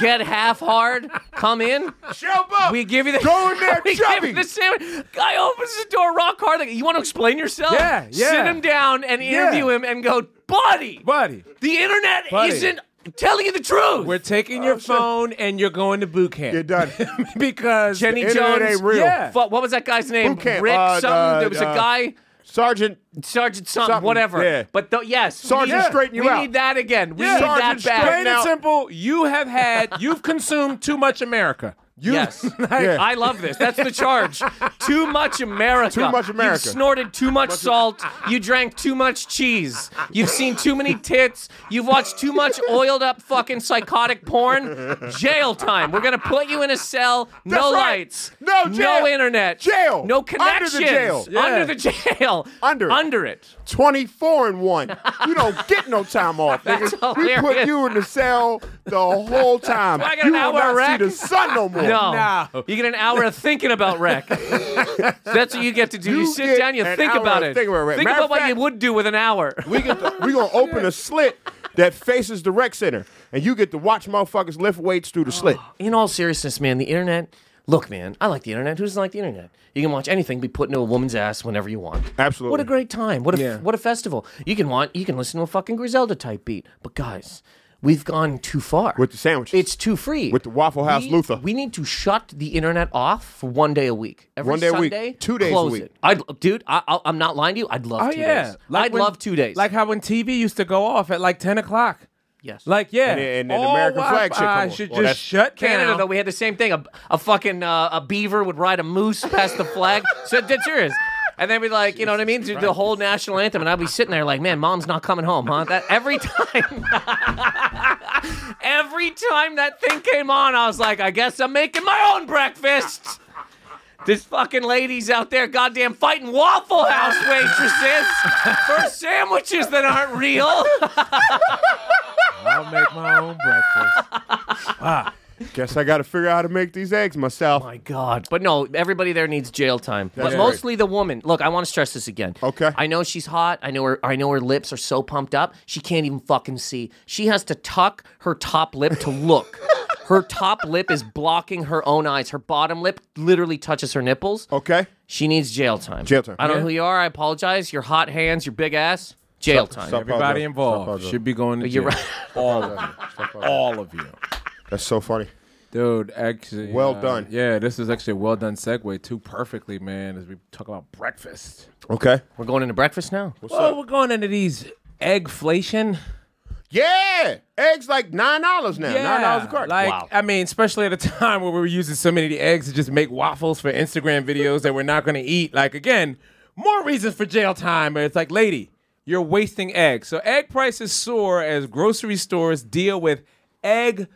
S5: Get half hard, come in.
S6: Show up.
S5: We give you the
S6: Go in there,
S5: we give
S6: chubby.
S5: you the sandwich. Guy opens the door, rock hard. Like, you want to explain yourself?
S4: Yeah, yeah.
S5: Sit him down and interview him and go, buddy,
S4: buddy?
S5: the internet
S4: Buddy.
S5: isn't telling you the truth.
S4: We're taking your phone and you're going to boot camp.
S6: Oh, You're done.
S4: because
S5: Jenny
S6: The internet
S5: Jones.
S6: ain't real.
S4: Yeah.
S5: Fu- what was that guy's name?
S6: Boot camp.
S5: Rick
S6: Uh,
S5: something.
S6: uh,
S5: there was a
S6: uh,
S5: guy,
S6: Sergeant,
S5: Sergeant something,
S6: something,
S5: whatever.
S6: yeah.
S5: But th- yes, we
S6: Sergeant
S5: need-
S6: straighten you
S5: we
S6: out.
S5: need that again. We
S6: Yeah.
S5: need
S6: Sergeant
S5: that
S6: straighten
S5: back.
S4: plain and
S6: Now-
S4: simple. You have had, you've consumed too much America. You,
S5: Yes.
S4: like,
S6: Yeah.
S5: I love this. That's the charge. too much America.
S6: Too much America.
S5: You snorted too much salt. You drank too much cheese. You've seen too many tits. You've watched too much oiled up fucking psychotic porn. Jail time. We're gonna put you in a cell. no
S6: That's right.
S5: lights.
S6: No jail.
S5: No internet.
S6: Jail.
S5: No
S6: Under
S5: connections.
S6: the jail.
S4: Yeah.
S5: Under the jail.
S6: Under it.
S5: Under it.
S6: 24 and 1. You don't get no time off.
S5: That's
S6: nigga. We put
S5: hilarious.
S6: you in the cell the whole time.
S5: I got
S6: you
S5: an
S6: will
S5: hour
S6: not
S5: rack.
S6: see the sun no more.
S5: No.
S4: No.
S5: You get an hour of thinking about wreck. That's what you get to do. You,
S6: You
S5: sit
S6: get
S5: down, you
S6: an
S5: think
S6: hour
S5: about
S6: of
S5: it.
S6: thinking about wreck.
S5: Think
S6: Matter
S5: about
S6: of
S5: what
S6: fact-
S5: you would do with an hour.
S6: We get the, we gonna open a slit that faces the rec center, and you get to watch motherfuckers lift weights through the slit.
S5: in all seriousness, man, the internet. Look, man, I like the internet. Who doesn't like the internet? You can watch anything be put into a woman's ass whenever you want.
S6: Absolutely.
S5: What a great time. What a
S4: Yeah.
S5: what a festival. You can want you can listen to a fucking Griselda type beat. But guys, we've gone too far.
S6: With the sandwiches.
S5: It's too free.
S6: With the Waffle House
S5: we,
S6: Luther.
S5: We need to shut the internet off for one day a week. Every
S6: One day a week.
S5: Sunday,
S6: Two days a
S5: close
S6: week.
S5: It. I'd, dude, I, I'll- I'm not lying to you. I'd love
S4: Oh
S5: two
S4: yeah,
S5: days. I'd
S4: when-
S5: love two days.
S4: Like how when TV used to go off at like ten o'clock,
S5: Yes.
S4: Like, yeah,
S6: And then- and then the
S4: all
S6: American flag should come
S4: Wi-Fi
S6: on.
S4: should
S6: Well,
S4: just
S6: that's-
S4: shut
S5: Canada,
S4: down.
S5: though, we had the same thing. A, a fucking uh, a beaver would ride a moose past the flag. so that's serious. And then we like, you know what I mean? Do the whole national anthem, and I'd be sitting there like, man, mom's not coming home, huh? That every time, every time that thing came on, I was like, I guess I'm making my own breakfast. This fucking lady's out there, goddamn, fighting Waffle House waitresses for sandwiches that aren't real.
S8: I'll make my own breakfast.
S6: Guess I got to figure out how to make these eggs myself.
S5: My God. But no, everybody there needs jail time. but
S6: That's right.
S5: mostly the woman. Look, I want to stress this again.
S6: Okay.
S5: I know she's hot. I know her I know her lips are so pumped up. She can't even fucking see. She has to tuck her top lip to look. her top lip is blocking her own eyes. Her bottom lip literally touches her nipples.
S6: Okay.
S5: She needs jail time.
S6: Jail time.
S5: I don't know who you are. I apologize. Your hot hands, your big ass. Jail time.
S6: Stop
S4: Everybody
S6: apologizing. Stop
S4: involved
S6: apologizing.
S4: should be going to jail.
S5: You're right.
S4: All of you. All of you.
S6: That's so funny.
S4: Dude, actually.
S6: Well
S4: uh,
S6: done.
S4: Yeah, this is actually a well done segue, too, perfectly, man, as we talk about breakfast.
S6: Okay.
S5: We're going into breakfast now.
S4: Well, we're going into these eggflation.
S6: Yeah, eggs like nine dollars now. Nine dollars a carton.
S4: Like,
S5: Wow.
S4: I mean, especially at a time where we were using so many of the eggs to just make waffles for Instagram videos that we're not going to eat. Like, again, more reasons for jail time. It's like, lady, you're wasting eggs. So egg prices soar as grocery stores deal with egg.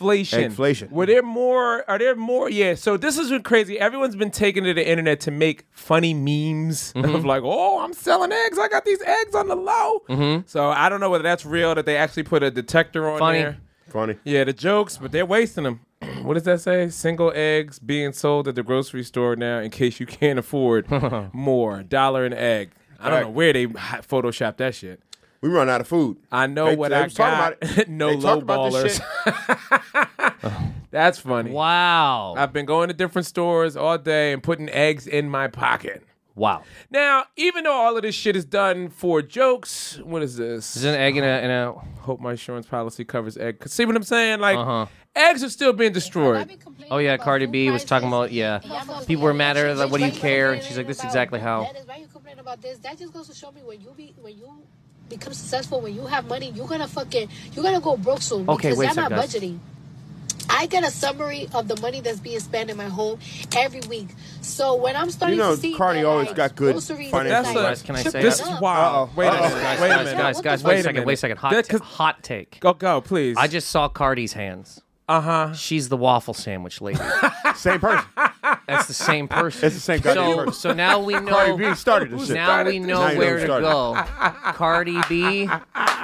S6: Eggflation.
S4: Were there more? Are there more? Yeah. So this has been crazy. Everyone's been taken to the internet to make funny memes
S6: Mm-hmm.
S4: of like, "Oh, I'm selling eggs. I got these eggs on the low." So I don't know whether that's real that they actually put a detector on
S5: Funny.
S4: there.
S6: Mm-hmm. funny.
S4: Yeah, the jokes, but they're wasting them. what does that say? Single eggs being sold at the grocery store now in case you can't afford more. Dollar an egg. I don't know where they hi- photoshopped that shit.
S6: We run out of food.
S4: I know
S6: They-
S4: what
S6: they
S4: I
S6: was talking
S4: got.
S6: about it.
S4: no
S6: They
S4: low
S6: talked about this
S4: ballers. That's funny.
S5: Wow.
S4: I've been going to different stores all day and putting eggs in my pocket.
S5: wow.
S4: Now, even though all of this shit is done for jokes, what is this?
S5: There's an egg in a, in a
S4: Hope my insurance policy covers eggs. See what I'm saying? Like,
S5: Uh-huh.
S4: eggs are still being destroyed.
S5: Oh yeah, Cardi B was talking about yeah. People were mad at her like, "What do you care?" And she's like, "This is exactly how."
S9: That is right. You complain about this. That just goes to show me when you be when you become successful, when you have money, you're gonna fucking you're gonna go broke soon.
S5: Okay,
S9: because
S5: wait a
S9: I'm not
S5: sec, guys.
S9: budgeting. I get a summary of the money that's being spent in my home every week. So when I'm starting
S6: You know,
S9: to see
S6: Cardi
S9: that,
S6: always
S9: like,
S6: got good
S9: groceries
S6: financial
S9: is,
S4: That's a-
S9: like,
S5: Guys, can I say
S9: tripping
S4: This
S5: that?
S4: is
S9: up.
S4: wild.
S6: Uh-oh.
S4: Wait a minute.
S6: Uh-oh.
S4: Wait a
S5: Guys,
S4: minute.
S5: guys, guys,
S9: Wait
S5: wait
S9: a
S5: a second,
S4: minute.
S5: wait a second. Hot,
S4: That-
S5: ta-
S4: 'cause-
S5: hot take.
S4: Go, go, please.
S5: I just saw Cardi's hands.
S4: Uh huh.
S5: She's the waffle sandwich lady.
S6: Same person.
S5: That's the same person.
S6: It's the same goddamn
S5: So,
S6: person.
S5: so now we know.
S6: Cardi B started this shit.
S5: Now we know
S6: Now you
S5: where to
S6: done
S5: go. Cardi B,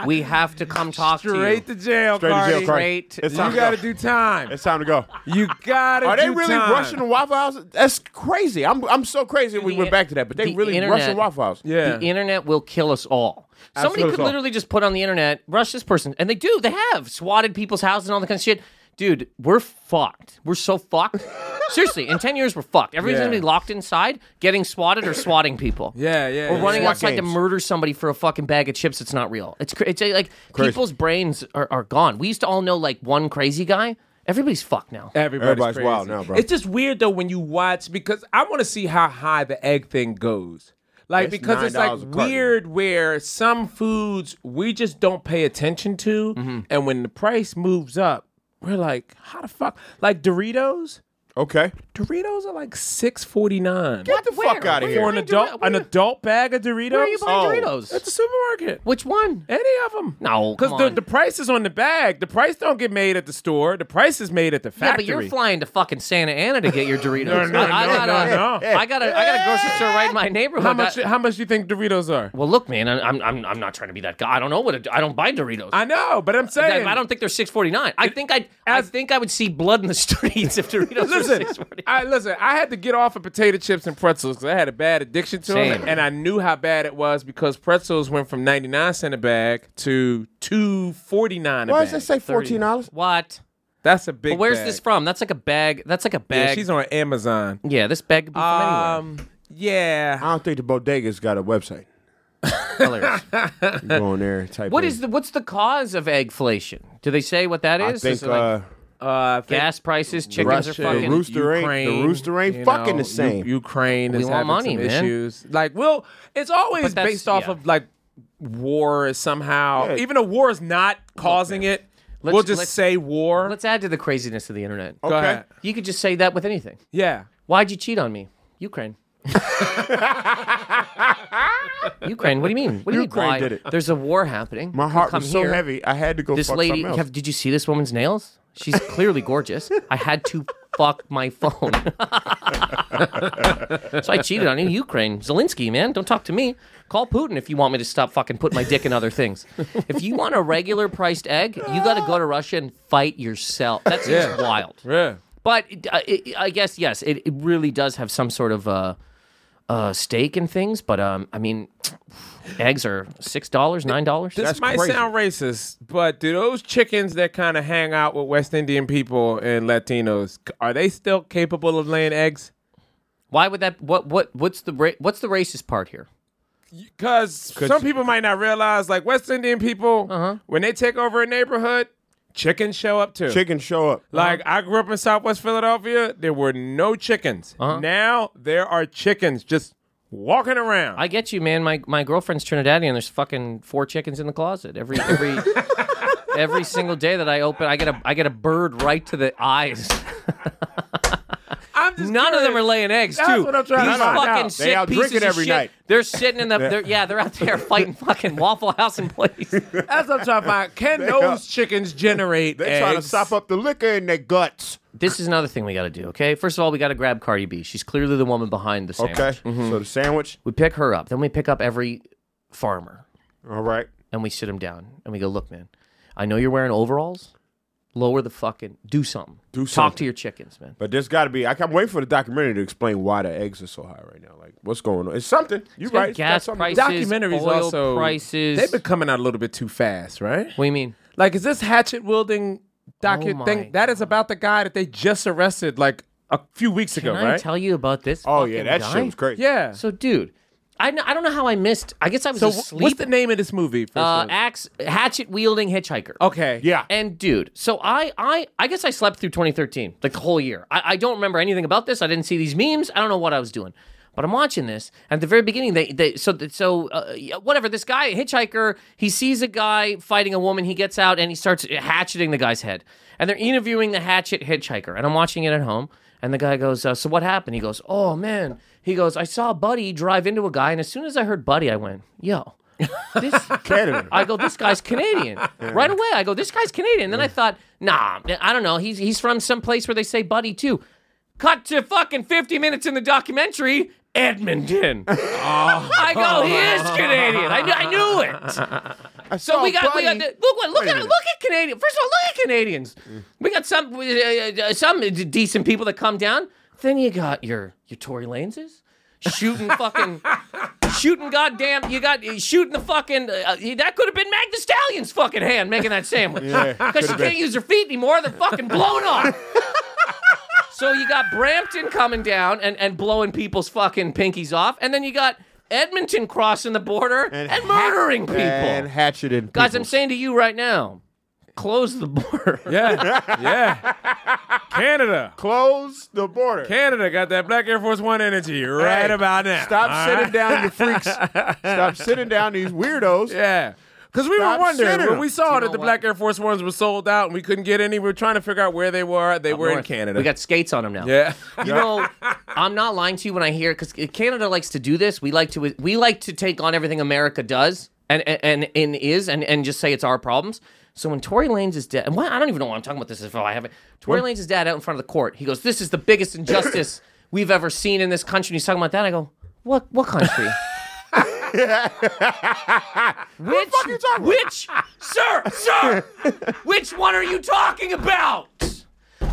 S5: we have to come talk
S4: Straight
S5: to
S4: to jail,
S6: Straight to
S4: Cardi.
S6: jail, Cardi.
S5: Great.
S6: It's
S4: You
S6: time to
S4: gotta
S6: go.
S4: do time.
S6: It's time to go.
S4: You gotta.
S6: Are they
S4: do
S6: really
S4: time.
S6: rushing the Waffle House? That's crazy. I'm I'm so crazy. We
S5: the
S6: went
S5: in-
S6: back to that, but they
S5: the
S6: really
S5: internet-
S6: rushing Waffle House.
S4: Yeah.
S5: you. The internet will kill us all. Somebody
S6: Absolutely.
S5: could literally just put on the internet, rush this person, and they do. They have swatted people's houses and all that kind of shit. Dude, we're fucked. We're so fucked. Seriously, in ten years, we're fucked. Everybody's
S4: Yeah.
S5: gonna be locked inside, getting swatted or swatting people.
S4: yeah, yeah.
S5: Or
S4: yeah.
S5: running
S6: SWAT
S5: outside to
S6: games.
S5: murder somebody for a fucking bag of chips that's not real. It's cra- it's uh, like
S6: Crazy.
S5: people's brains are, are gone. We used to all know like one crazy guy. Everybody's fucked now.
S4: Everybody's,
S6: Everybody's
S4: crazy.
S6: wild now, bro.
S4: It's just weird though when you watch because I want to see how high the egg thing goes. Like
S6: It's
S4: because it's like
S6: $9 a carton.
S4: weird where some foods we just don't pay attention to, and when the price moves up, we're like, how the fuck? Like Doritos,
S6: Okay.
S4: Doritos are like six forty nine
S6: Get the fuck out of
S4: for
S6: here.
S4: an adult an adult bag of Doritos.
S5: Where are you buying
S6: Oh.
S5: Doritos?
S4: At the supermarket.
S5: Which one?
S4: Any of them?
S5: No, come
S4: because the,
S5: on.
S4: the price is on the bag. The price don't get made at the store. The price is made at the
S5: Yeah,
S4: factory.
S5: but you're flying to fucking Santa Ana to get your Doritos.
S4: no,
S5: I, I
S4: no,
S5: got a,
S4: no, no.
S5: I got a, I got a grocery store right in my neighborhood.
S4: How much?
S5: that-
S4: How much do you think Doritos are?
S5: well, look, man, I- I'm, I'm, I'm not trying to be that guy. I don't know what I I don't buy Doritos.
S4: I know, but I'm saying
S5: I don't think they're 6.49. I think I, I think I would see blood in the streets if Doritos
S4: Listen,
S5: were 6.49.
S4: I listen. I had to get off of potato chips and pretzels because I had a bad addiction to
S5: Same.
S4: them, and I knew how bad it was because pretzels went from 99 cent a bag to 2.49 a
S6: Why does
S4: bag.
S6: that say fourteen dollars?
S5: What?
S4: That's a big.
S5: But where's
S4: bag.
S5: this from? That's like a bag. That's like a
S4: Yeah,
S5: bag.
S4: she's on Amazon.
S5: Yeah, this bag could be from
S4: Um, yeah.
S6: I don't think the bodegas got a website.
S5: anywhere. Hilarious.
S6: You go in there and type.
S5: what
S6: in.
S5: is the what's the cause of eggflation? Do they say what that
S6: I
S5: is?
S6: think
S5: Is it like
S6: uh,
S4: Uh, I think
S5: gas prices, chickens are
S4: Russia,
S5: fucking
S6: The rooster ain't- the rooster ain't
S4: you
S6: fucking
S4: know,
S6: the same.
S4: U- Ukraine
S5: We
S4: is
S5: want
S4: having
S5: money,
S4: some
S5: man.
S4: issues. Like, well, it's always
S5: But that's-
S4: based off
S5: yeah.
S4: of like war is somehow,
S5: Yeah.
S4: even though war is not causing it, we'll just say war.
S5: Let's add to the craziness of the internet.
S4: Go Okay. ahead.
S5: You could just say that with anything.
S4: Yeah.
S5: Why'd you cheat on me? Ukraine. Ukraine. What do you mean? What do you
S6: Ukraine
S5: mean? why?
S6: did it.
S5: There's a war happening.
S6: My heart
S5: Come
S6: was so
S5: here.
S6: heavy, I had to go
S5: This
S6: fuck
S5: lady,
S6: something else.
S5: Kev, did you see this woman's nails? She's clearly gorgeous. I had to fuck my phone. so I cheated on you, Ukraine. Zelensky, man, don't talk to me. Call Putin if you want me to stop fucking putting my dick in other things. If you want a regular priced egg, you got to go to Russia and fight yourself. That's
S4: Yeah.
S5: wild.
S4: Yeah.
S5: But it, uh, it, I guess yes, it, it really does have some sort of uh, uh, stake in things. But um, I mean, eggs are six dollars, nine dollars.
S4: This might sound racist, but do those chickens that kind of hang out with West Indian people and Latinos are they still capable of laying eggs?
S5: Why would that? What what what's the ra- what's the racist part here?
S4: Because some people might not realize, like West Indian people, when they take over a neighborhood, chickens show up too.
S6: Chickens show up.
S4: Like I grew up in Southwest Philadelphia, there were no chickens. Now there are chickens just walking around.
S5: I get you, man. My my girlfriend's Trinidadian. There's fucking four chickens in the closet every every every single day that I open. I get a I get a bird right to the eyes.
S4: None
S5: of them are laying eggs
S4: That's
S5: too.
S4: what I'm trying to
S5: These
S4: find
S5: fucking
S4: out.
S5: sick
S4: They out
S5: pieces
S4: drinking
S5: of
S4: every
S5: shit,
S4: night.
S5: They're sitting in the
S4: Yeah.
S5: they're, yeah they're out there fighting fucking Waffle House and place.
S4: That's what I'm trying to find. Can
S5: They
S4: those
S5: are-
S4: chickens generate?
S5: They trying to
S4: eggs?
S5: sop
S6: up the liquor in their guts.
S5: This is another thing we got to do. Okay, first of all, we got to grab Cardi B. She's clearly the woman behind the sandwich. Mm-hmm.
S6: Okay, so the sandwich.
S5: We pick her up. Then we pick up every farmer.
S6: All right.
S5: And we sit him down and we go, look, man, I know you're wearing overalls. Lower the fucking. Do something. Do Talk to your chickens, man.
S6: But there's got to be. I can wait for the documentary to explain why the eggs are so high right now. Like, what's going on? It's something. You
S5: It's got
S6: right? It's got
S5: gas
S6: something.
S4: documentaries also They've been coming out a little bit too fast, right?
S5: What do you mean?
S4: Like, is this hatchet wielding
S5: Oh
S4: docu
S5: my
S4: thing that is about the guy that they just arrested like a few weeks
S5: Can
S4: ago,
S5: I
S4: right?
S5: tell you about this?
S4: Oh, yeah,
S5: fucking
S4: that
S5: guy?
S4: shit was crazy. Yeah.
S5: So, dude, I, kn- I don't know how I missed. I guess I was
S4: So wh- what's
S5: asleep.
S4: the name of this movie? first
S5: Uh,
S4: one?
S5: axe hatchet wielding hitchhiker.
S4: Okay.
S6: Yeah.
S5: And dude, so I I I guess I slept through 2013, like the whole year. I, I don't remember anything about this. I didn't see these memes. I don't know what I was doing. But I'm watching this. At the very beginning, they they so so uh, yeah, whatever. This guy hitchhiker, he sees a guy fighting a woman. He gets out and he starts hatcheting the guy's head. And they're interviewing the hatchet hitchhiker. And I'm watching it at home. And the guy goes, uh, "So what happened?" He goes, "Oh man." He goes, "I saw Buddy drive into a guy, and as soon as I heard Buddy, I went, yo." this
S6: Canada.
S5: I go, this guy's Canadian. Right away, I go, this guy's Canadian. Then I thought, nah, I don't know. He's he's from some place where they say buddy too. Cut to fucking 50 minutes in the documentary, Edmonton. I go, he is Canadian. I, kn- I knew it. so
S3: saw
S5: we got, we got
S3: Buddy.
S5: the- look what look
S3: Wait a
S5: at
S3: minute. Mm.
S5: look at Canadian. First of all, look at Canadians. We got some uh, uh, some decent people that come down. Then you got your your Tory Laneses shooting fucking shooting goddamn you got uh, shooting the fucking uh, that could have been Mag the Stallion's fucking hand making that sandwich
S3: Yeah,
S5: because
S3: could've
S5: she can't
S3: been.
S5: use her feet anymore they're fucking blown off so you got Brampton coming down and, and blowing people's fucking pinkies off and then you got Edmonton crossing the border and, murdering people
S6: And hatcheted.
S5: guys I'm saying to you right now close the border
S4: yeah yeah Canada.
S6: Close the border.
S4: Canada got that Black Air Force One energy right
S6: Hey,
S4: about now.
S6: Stop
S4: all
S6: sitting
S4: right?
S6: down, you freaks. Stop sitting down, these weirdos.
S4: Yeah. Because we were
S6: Stop
S4: wondering
S6: sending
S4: when
S6: them.
S4: we saw that the Black Air Force Ones were sold out and we couldn't get any. We were trying to figure out where they were. They were in
S5: north.
S4: Canada.
S5: We got skates on them now.
S4: Yeah.
S5: You know, I'm not lying to you when I hear because Canada likes to do this. We like to we like to take on everything America does and and and, and is and, and just say it's our problems. So when Tory Lanez is dead, and why I don't even know why I'm talking about this if I haven't. Tory Lanez's dad out in front of the court. He goes, "This is the biggest injustice we've ever seen in this country." And he's talking about that. I go, "What what country?" which, which, sir, sir, which one are you talking about?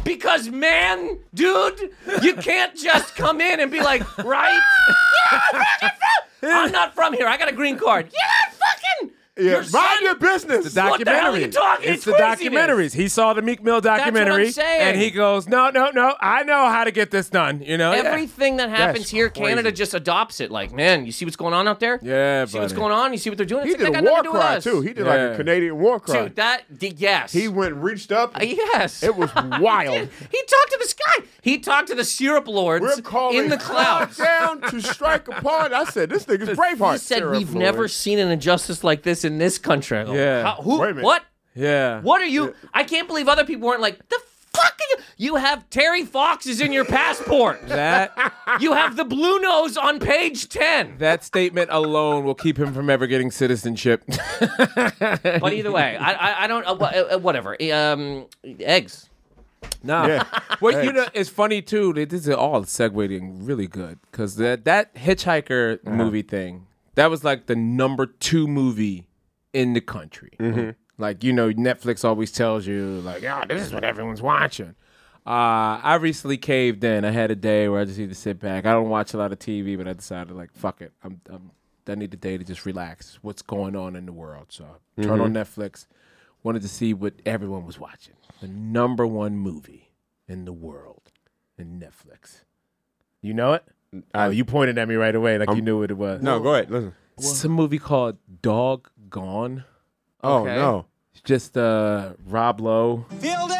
S5: Because, man, dude, you can't just come in and be like, right? Yeah, I'm fucking from- I'm not from here. I got a green card. You're not fucking.
S6: Yeah,
S5: your
S6: mind
S5: son-
S6: your business.
S4: the documentaries.
S5: What the hell are you talking?
S4: It's, the
S5: craziness.
S4: documentaries. He saw the Meek Mill
S5: That's what I'm
S4: documentary,
S5: saying.
S4: and he goes, "No, no, no! I know how to get this done." You know,
S5: Everything that
S4: That's
S5: happens here,
S4: crazy.
S5: Canada just adopts it. Like, man, you see what's going on out there?
S4: Yeah,
S5: See what's
S4: buddy.
S5: going on? You see what they're doing?
S6: He
S5: It's like,
S6: did
S5: that
S6: a
S5: got nothing to
S6: war
S5: do with
S6: cry
S5: us.
S6: too. He did like
S4: Yeah.
S6: a Canadian war cry.
S5: Dude, that, d- yes.
S6: he went and reached up.
S5: Uh, yes.
S6: It was wild.
S5: He talked to this guy. He talked to the syrup lords
S6: We're calling
S5: in the clouds.
S6: down to strike upon. I said, this nigga's Braveheart.
S5: He said,
S6: Sarah
S5: "We've
S6: Floyd."
S5: never seen an injustice like this in this country." I go,
S4: Yeah.
S5: "How- who?
S6: Wait a minute.
S5: What?
S4: Yeah.
S5: What are you? I can't believe other people weren't like the fuck. Are you? you have Terry Fox is in your passport.
S4: That
S5: you have the blue nose on page ten.
S4: that statement alone will keep him from ever getting citizenship.
S5: But either way, I I, I don't uh, wha- uh, whatever. Um, eggs.
S4: Nah.
S6: Yeah.
S4: Well, you know, it's funny too. that This is all segueing really good because that that hitchhiker movie thing that was like the number two movie in the country. Like you know, Netflix always tells you like, "Oh, this is what everyone's watching." Uh, I recently caved in. I had a day where I just need to sit back. I don't watch a lot of TV, but I decided like, fuck it. I'm, I'm I need a day to just relax. What's going on in the world? So I turn on Netflix. Wanted to see what everyone was watching. The number one movie in the world in Netflix. You know it? oh, you pointed at me right away like you knew what it was.
S6: No, go ahead. Listen.
S4: It's a movie called Dog Gone.
S6: Oh,
S5: Okay.
S6: no.
S4: It's just uh, Rob Lowe.
S1: Fielding!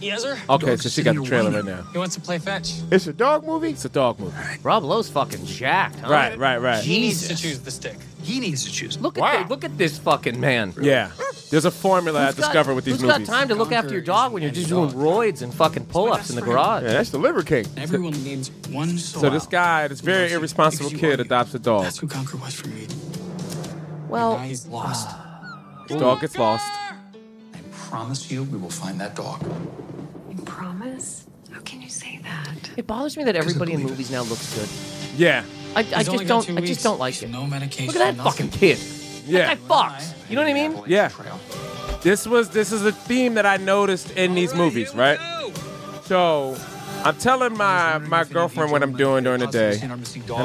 S3: Yes, sir.
S4: Okay, so she got the trailer right now.
S3: He wants to play fetch.
S6: It's a dog movie?
S4: It's a dog movie.
S5: Rob Lowe's fucking jacked. Huh?
S4: Right, right, right.
S3: He needs to choose the stick.
S8: He needs to choose.
S5: Look at
S4: Wow.
S5: the- look at this fucking man.
S4: Yeah. There's a formula
S5: Who's
S4: I've discovered
S5: got,
S4: uh, with these
S5: who's
S4: movies.
S5: got time to look after your dog when you're just doing roids and fucking pull-ups in the garage?
S6: Yeah, that's the Liver King.
S8: Everyone names one soul.
S4: So this guy, this very irresponsible kid, adopts a dog.
S8: That's who Conquer was for me.
S5: Well,
S8: Now he's lost.
S4: His dog gets lost.
S8: I promise you, we will find that dog.
S9: You promise? How can you say that?
S5: It bothers me that everybody in movies now looks good.
S4: Yeah.
S5: I, I just don't. I just don't like it.
S8: No medication.
S5: Look at that fucking kid.
S4: Yeah.
S5: That guy fucks. You know what I mean?
S4: Yeah. This was this is a theme that I noticed in these movies, right? So I'm telling my my girlfriend what I'm doing during the day. And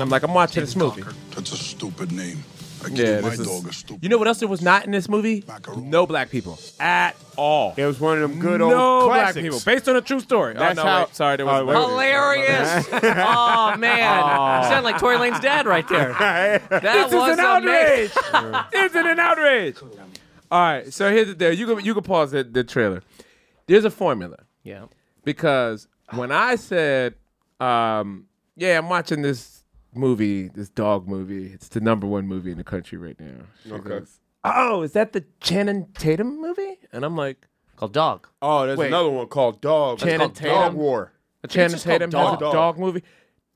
S4: I'm like, I'm watching this movie.
S10: That's a stupid name. I give
S4: Yeah,
S10: my
S4: this
S10: dog a
S4: is,
S10: stupid
S4: You know what else there was not in this movie? No black people. At all.
S6: It was one of them good old
S4: No black
S6: classics.
S4: people. Based on a true story.
S6: That's
S4: oh, no,
S6: how-
S4: wait, sorry, there
S6: Oh,
S4: was
S6: wait, wait, wait.
S5: Hilarious. oh man, you sound like Tory Lane's dad right there. That
S4: This
S5: was
S4: is an
S5: amazing.
S4: outrage. this is an outrage. All right, so here's the deal. You can you can pause the, the trailer. There's a formula
S5: Yeah.
S4: because when I said, um, "Yeah, I'm watching this movie, this dog movie. It's the number one movie in the country right now." She goes, "Oh, is that the Channing Tatum movie?" And I'm like,
S5: Called dog.
S6: Oh, there's
S4: Wait.
S6: another one called Dog.
S4: Channing
S6: Dog
S4: Tatum?
S6: War.
S4: Channing
S5: just called
S4: Tatum has a
S6: Dog.
S4: dog movie.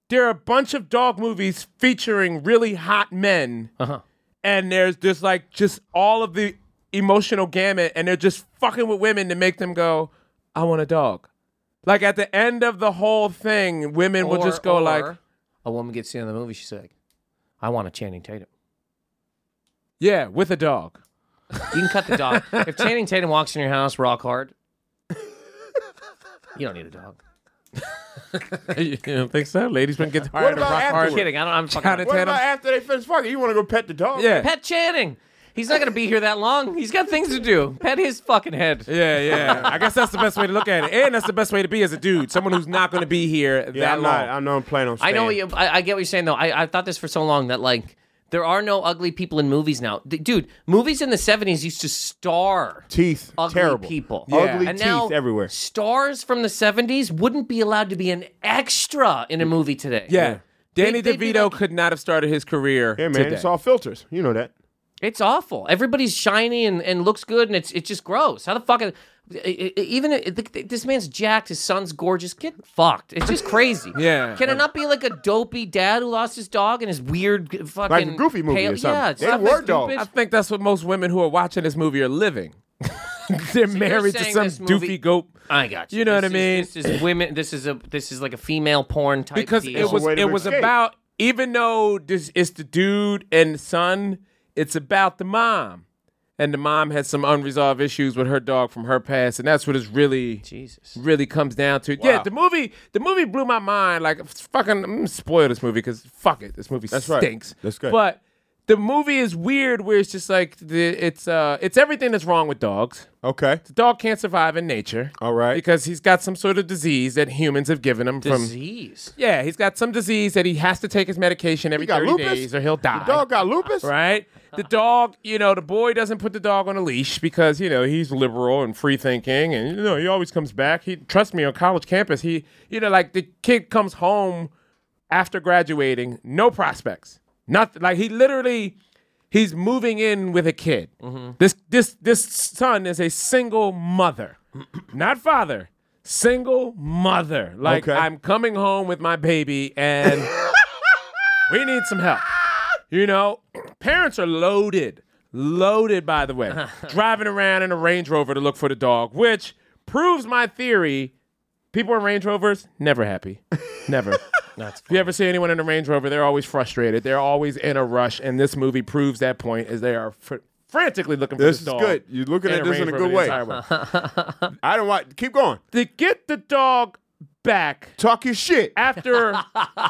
S4: There are a bunch of dog movies featuring really hot men,
S5: Uh-huh.
S4: and there's just like just all of the emotional gamut, and they're just fucking with women to make them go, "I want a dog." Like at the end of the whole thing, women will just go like,
S5: a woman gets seen in the movie. She's like, I want a Channing Tatum.
S4: "Yeah, with a dog."
S5: You can cut the dog. if Channing Tatum walks in your house, rock hard. You don't need a dog.
S4: you don't think so? Ladies wouldn't get
S6: What
S4: hired to
S6: about
S4: rock hard.
S6: afterward?
S5: Kidding. I don't. I'm fucking.
S4: Channing
S6: What about
S4: Tatum.
S6: after they finish fucking? You want to go pet the dog?
S4: Yeah,
S5: Pet Channing. He's not gonna be here that long. He's got things to do. Pet his fucking head.
S4: yeah, yeah. I guess that's the best way to look at it, and that's the best way to be as a dude, someone who's not going to be here
S6: Yeah,
S4: that
S6: I'm
S4: long.
S6: not. I'm not planning on.
S5: I
S6: Staying.
S5: know. What you, I, I get what you're saying though. I, I thought this for so long that like there are no ugly people in movies now, D- dude. Movies in the '70s used to star
S6: Teeth.
S5: ugly
S6: terrible.
S5: people.
S6: Ugly
S5: and
S6: teeth
S5: now,
S6: everywhere.
S5: Stars from the '70s wouldn't be allowed to be an extra in a movie today.
S4: Yeah. Danny
S5: They- they'd be
S4: DeVito
S5: like-
S4: could not have started his career.
S6: Yeah, man.
S4: today.
S6: It's all filters. You know that.
S5: It's awful. Everybody's shiny and, and looks good, and it's it's just gross. How the fuck? Are, e- e- even if- this man's jacked. His son's gorgeous. Get fucked. It's just crazy.
S4: Yeah.
S5: Can it not be like a dopey dad who lost his dog and his weird g- fucking
S6: Like the Goofy movie
S5: pale-
S6: or something.
S5: Yeah,
S6: They
S5: stuff
S6: were
S5: that's
S6: dogs.
S4: I
S5: stupid.
S4: think that's what most women who are watching this movie are living. They're married to
S5: saying
S4: some
S5: this movie-
S4: doofy goat.
S5: I got you.
S4: You know
S5: This
S4: what I
S5: is-
S4: mean?
S5: This is women. This is a this is like a female porn type
S4: Because
S5: deal.
S4: it was
S6: way to
S4: it was
S6: escape.
S4: about even though this it's the dude and the son, it's about the mom. And the mom had some unresolved issues with her dog from her past, and that's what it's really
S5: Jesus.
S4: really comes down to. Yeah, the movie the movie blew my mind. Like f- fucking I'm gonna spoil this movie because fuck it. This movie
S6: That's right.
S4: stinks.
S6: That's good.
S4: But the movie is weird where it's just like the, it's uh it's everything that's wrong with dogs.
S6: Okay.
S4: The dog can't survive in nature. All right. Because he's got some sort of disease that humans have given him
S5: Disease.
S4: from Yeah, he's got some disease that he has to take his medication every
S6: got
S4: 30
S6: lupus?
S4: days or he'll die.
S6: The dog got lupus?
S4: Right? The dog, you know, the boy doesn't put the dog on a leash because, you know, he's liberal and free thinking and you know, he always comes back. He trust me on college campus, he you know, like the kid comes home after graduating, no prospects. Nothing like he literally he's moving in with a kid. This this this son is a single mother. Not father. Single mother. Like
S6: Okay.
S4: I'm coming home with my baby and we need some help. You know, parents are loaded, loaded, by the way, driving around in a Range Rover to look for the dog, which proves my theory. People in Range Rovers, never happy. Never.
S5: That's
S4: if you ever see anyone in a Range Rover, they're always frustrated. They're always in a rush. And this movie proves that point as they are fr- frantically looking for
S6: This
S4: this
S6: is
S4: dog.
S6: good. You're looking at this
S4: Range
S6: in a
S4: Rover
S6: good
S4: the
S6: way.
S4: entire way.
S6: I don't want. Keep going.
S4: to get the dog back
S6: Talk your shit
S4: after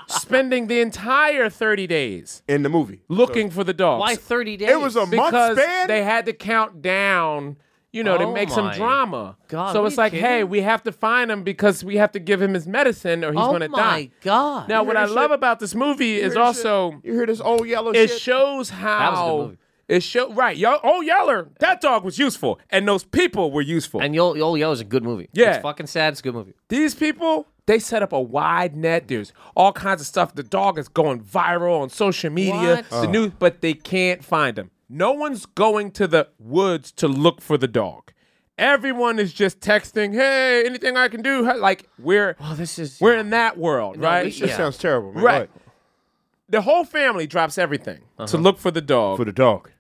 S4: spending the entire 30 days
S6: in the movie.
S4: looking for the dog.
S5: Why 30 days?
S6: It was a month
S4: because
S6: span.
S4: they had to count down, you know,
S5: Oh
S4: to make some
S5: my
S4: drama.
S5: God,
S4: so
S5: are
S4: it's
S5: you
S4: like,
S5: kidding?
S4: hey, we have to find him because we have to give him his medicine or he's
S5: Oh
S4: going to
S5: my
S4: die.
S5: God.
S4: Now, what
S6: hear
S4: I
S6: this
S4: love
S6: shit?
S4: about this movie
S6: You hear
S4: is
S6: this
S4: also
S6: shit? you hear this old yellow
S4: it
S6: shit.
S4: shows
S5: was a good
S4: how
S5: movie.
S4: it show right. Yo, oh Yeller, that dog was useful, and those people were useful.
S5: And Yo Yo Yo is a good movie.
S4: Yeah.
S5: It's fucking sad. It's a good movie.
S4: These people, they set up a wide net. There's all kinds of stuff. The dog is going viral on social media,
S5: What?
S4: the news, but they can't find him. No one's going to the woods to look for the dog. Everyone is just texting, "Hey, anything I can do?" Like we're
S5: Oh, this is.
S4: we're in that world,
S5: No,
S4: right?
S5: we-
S6: This shit
S5: Yeah.
S6: sounds terrible, man.
S4: Right.
S6: Go ahead.
S4: The whole family drops everything
S5: Uh-huh.
S4: to look for the dog.
S6: For the dog.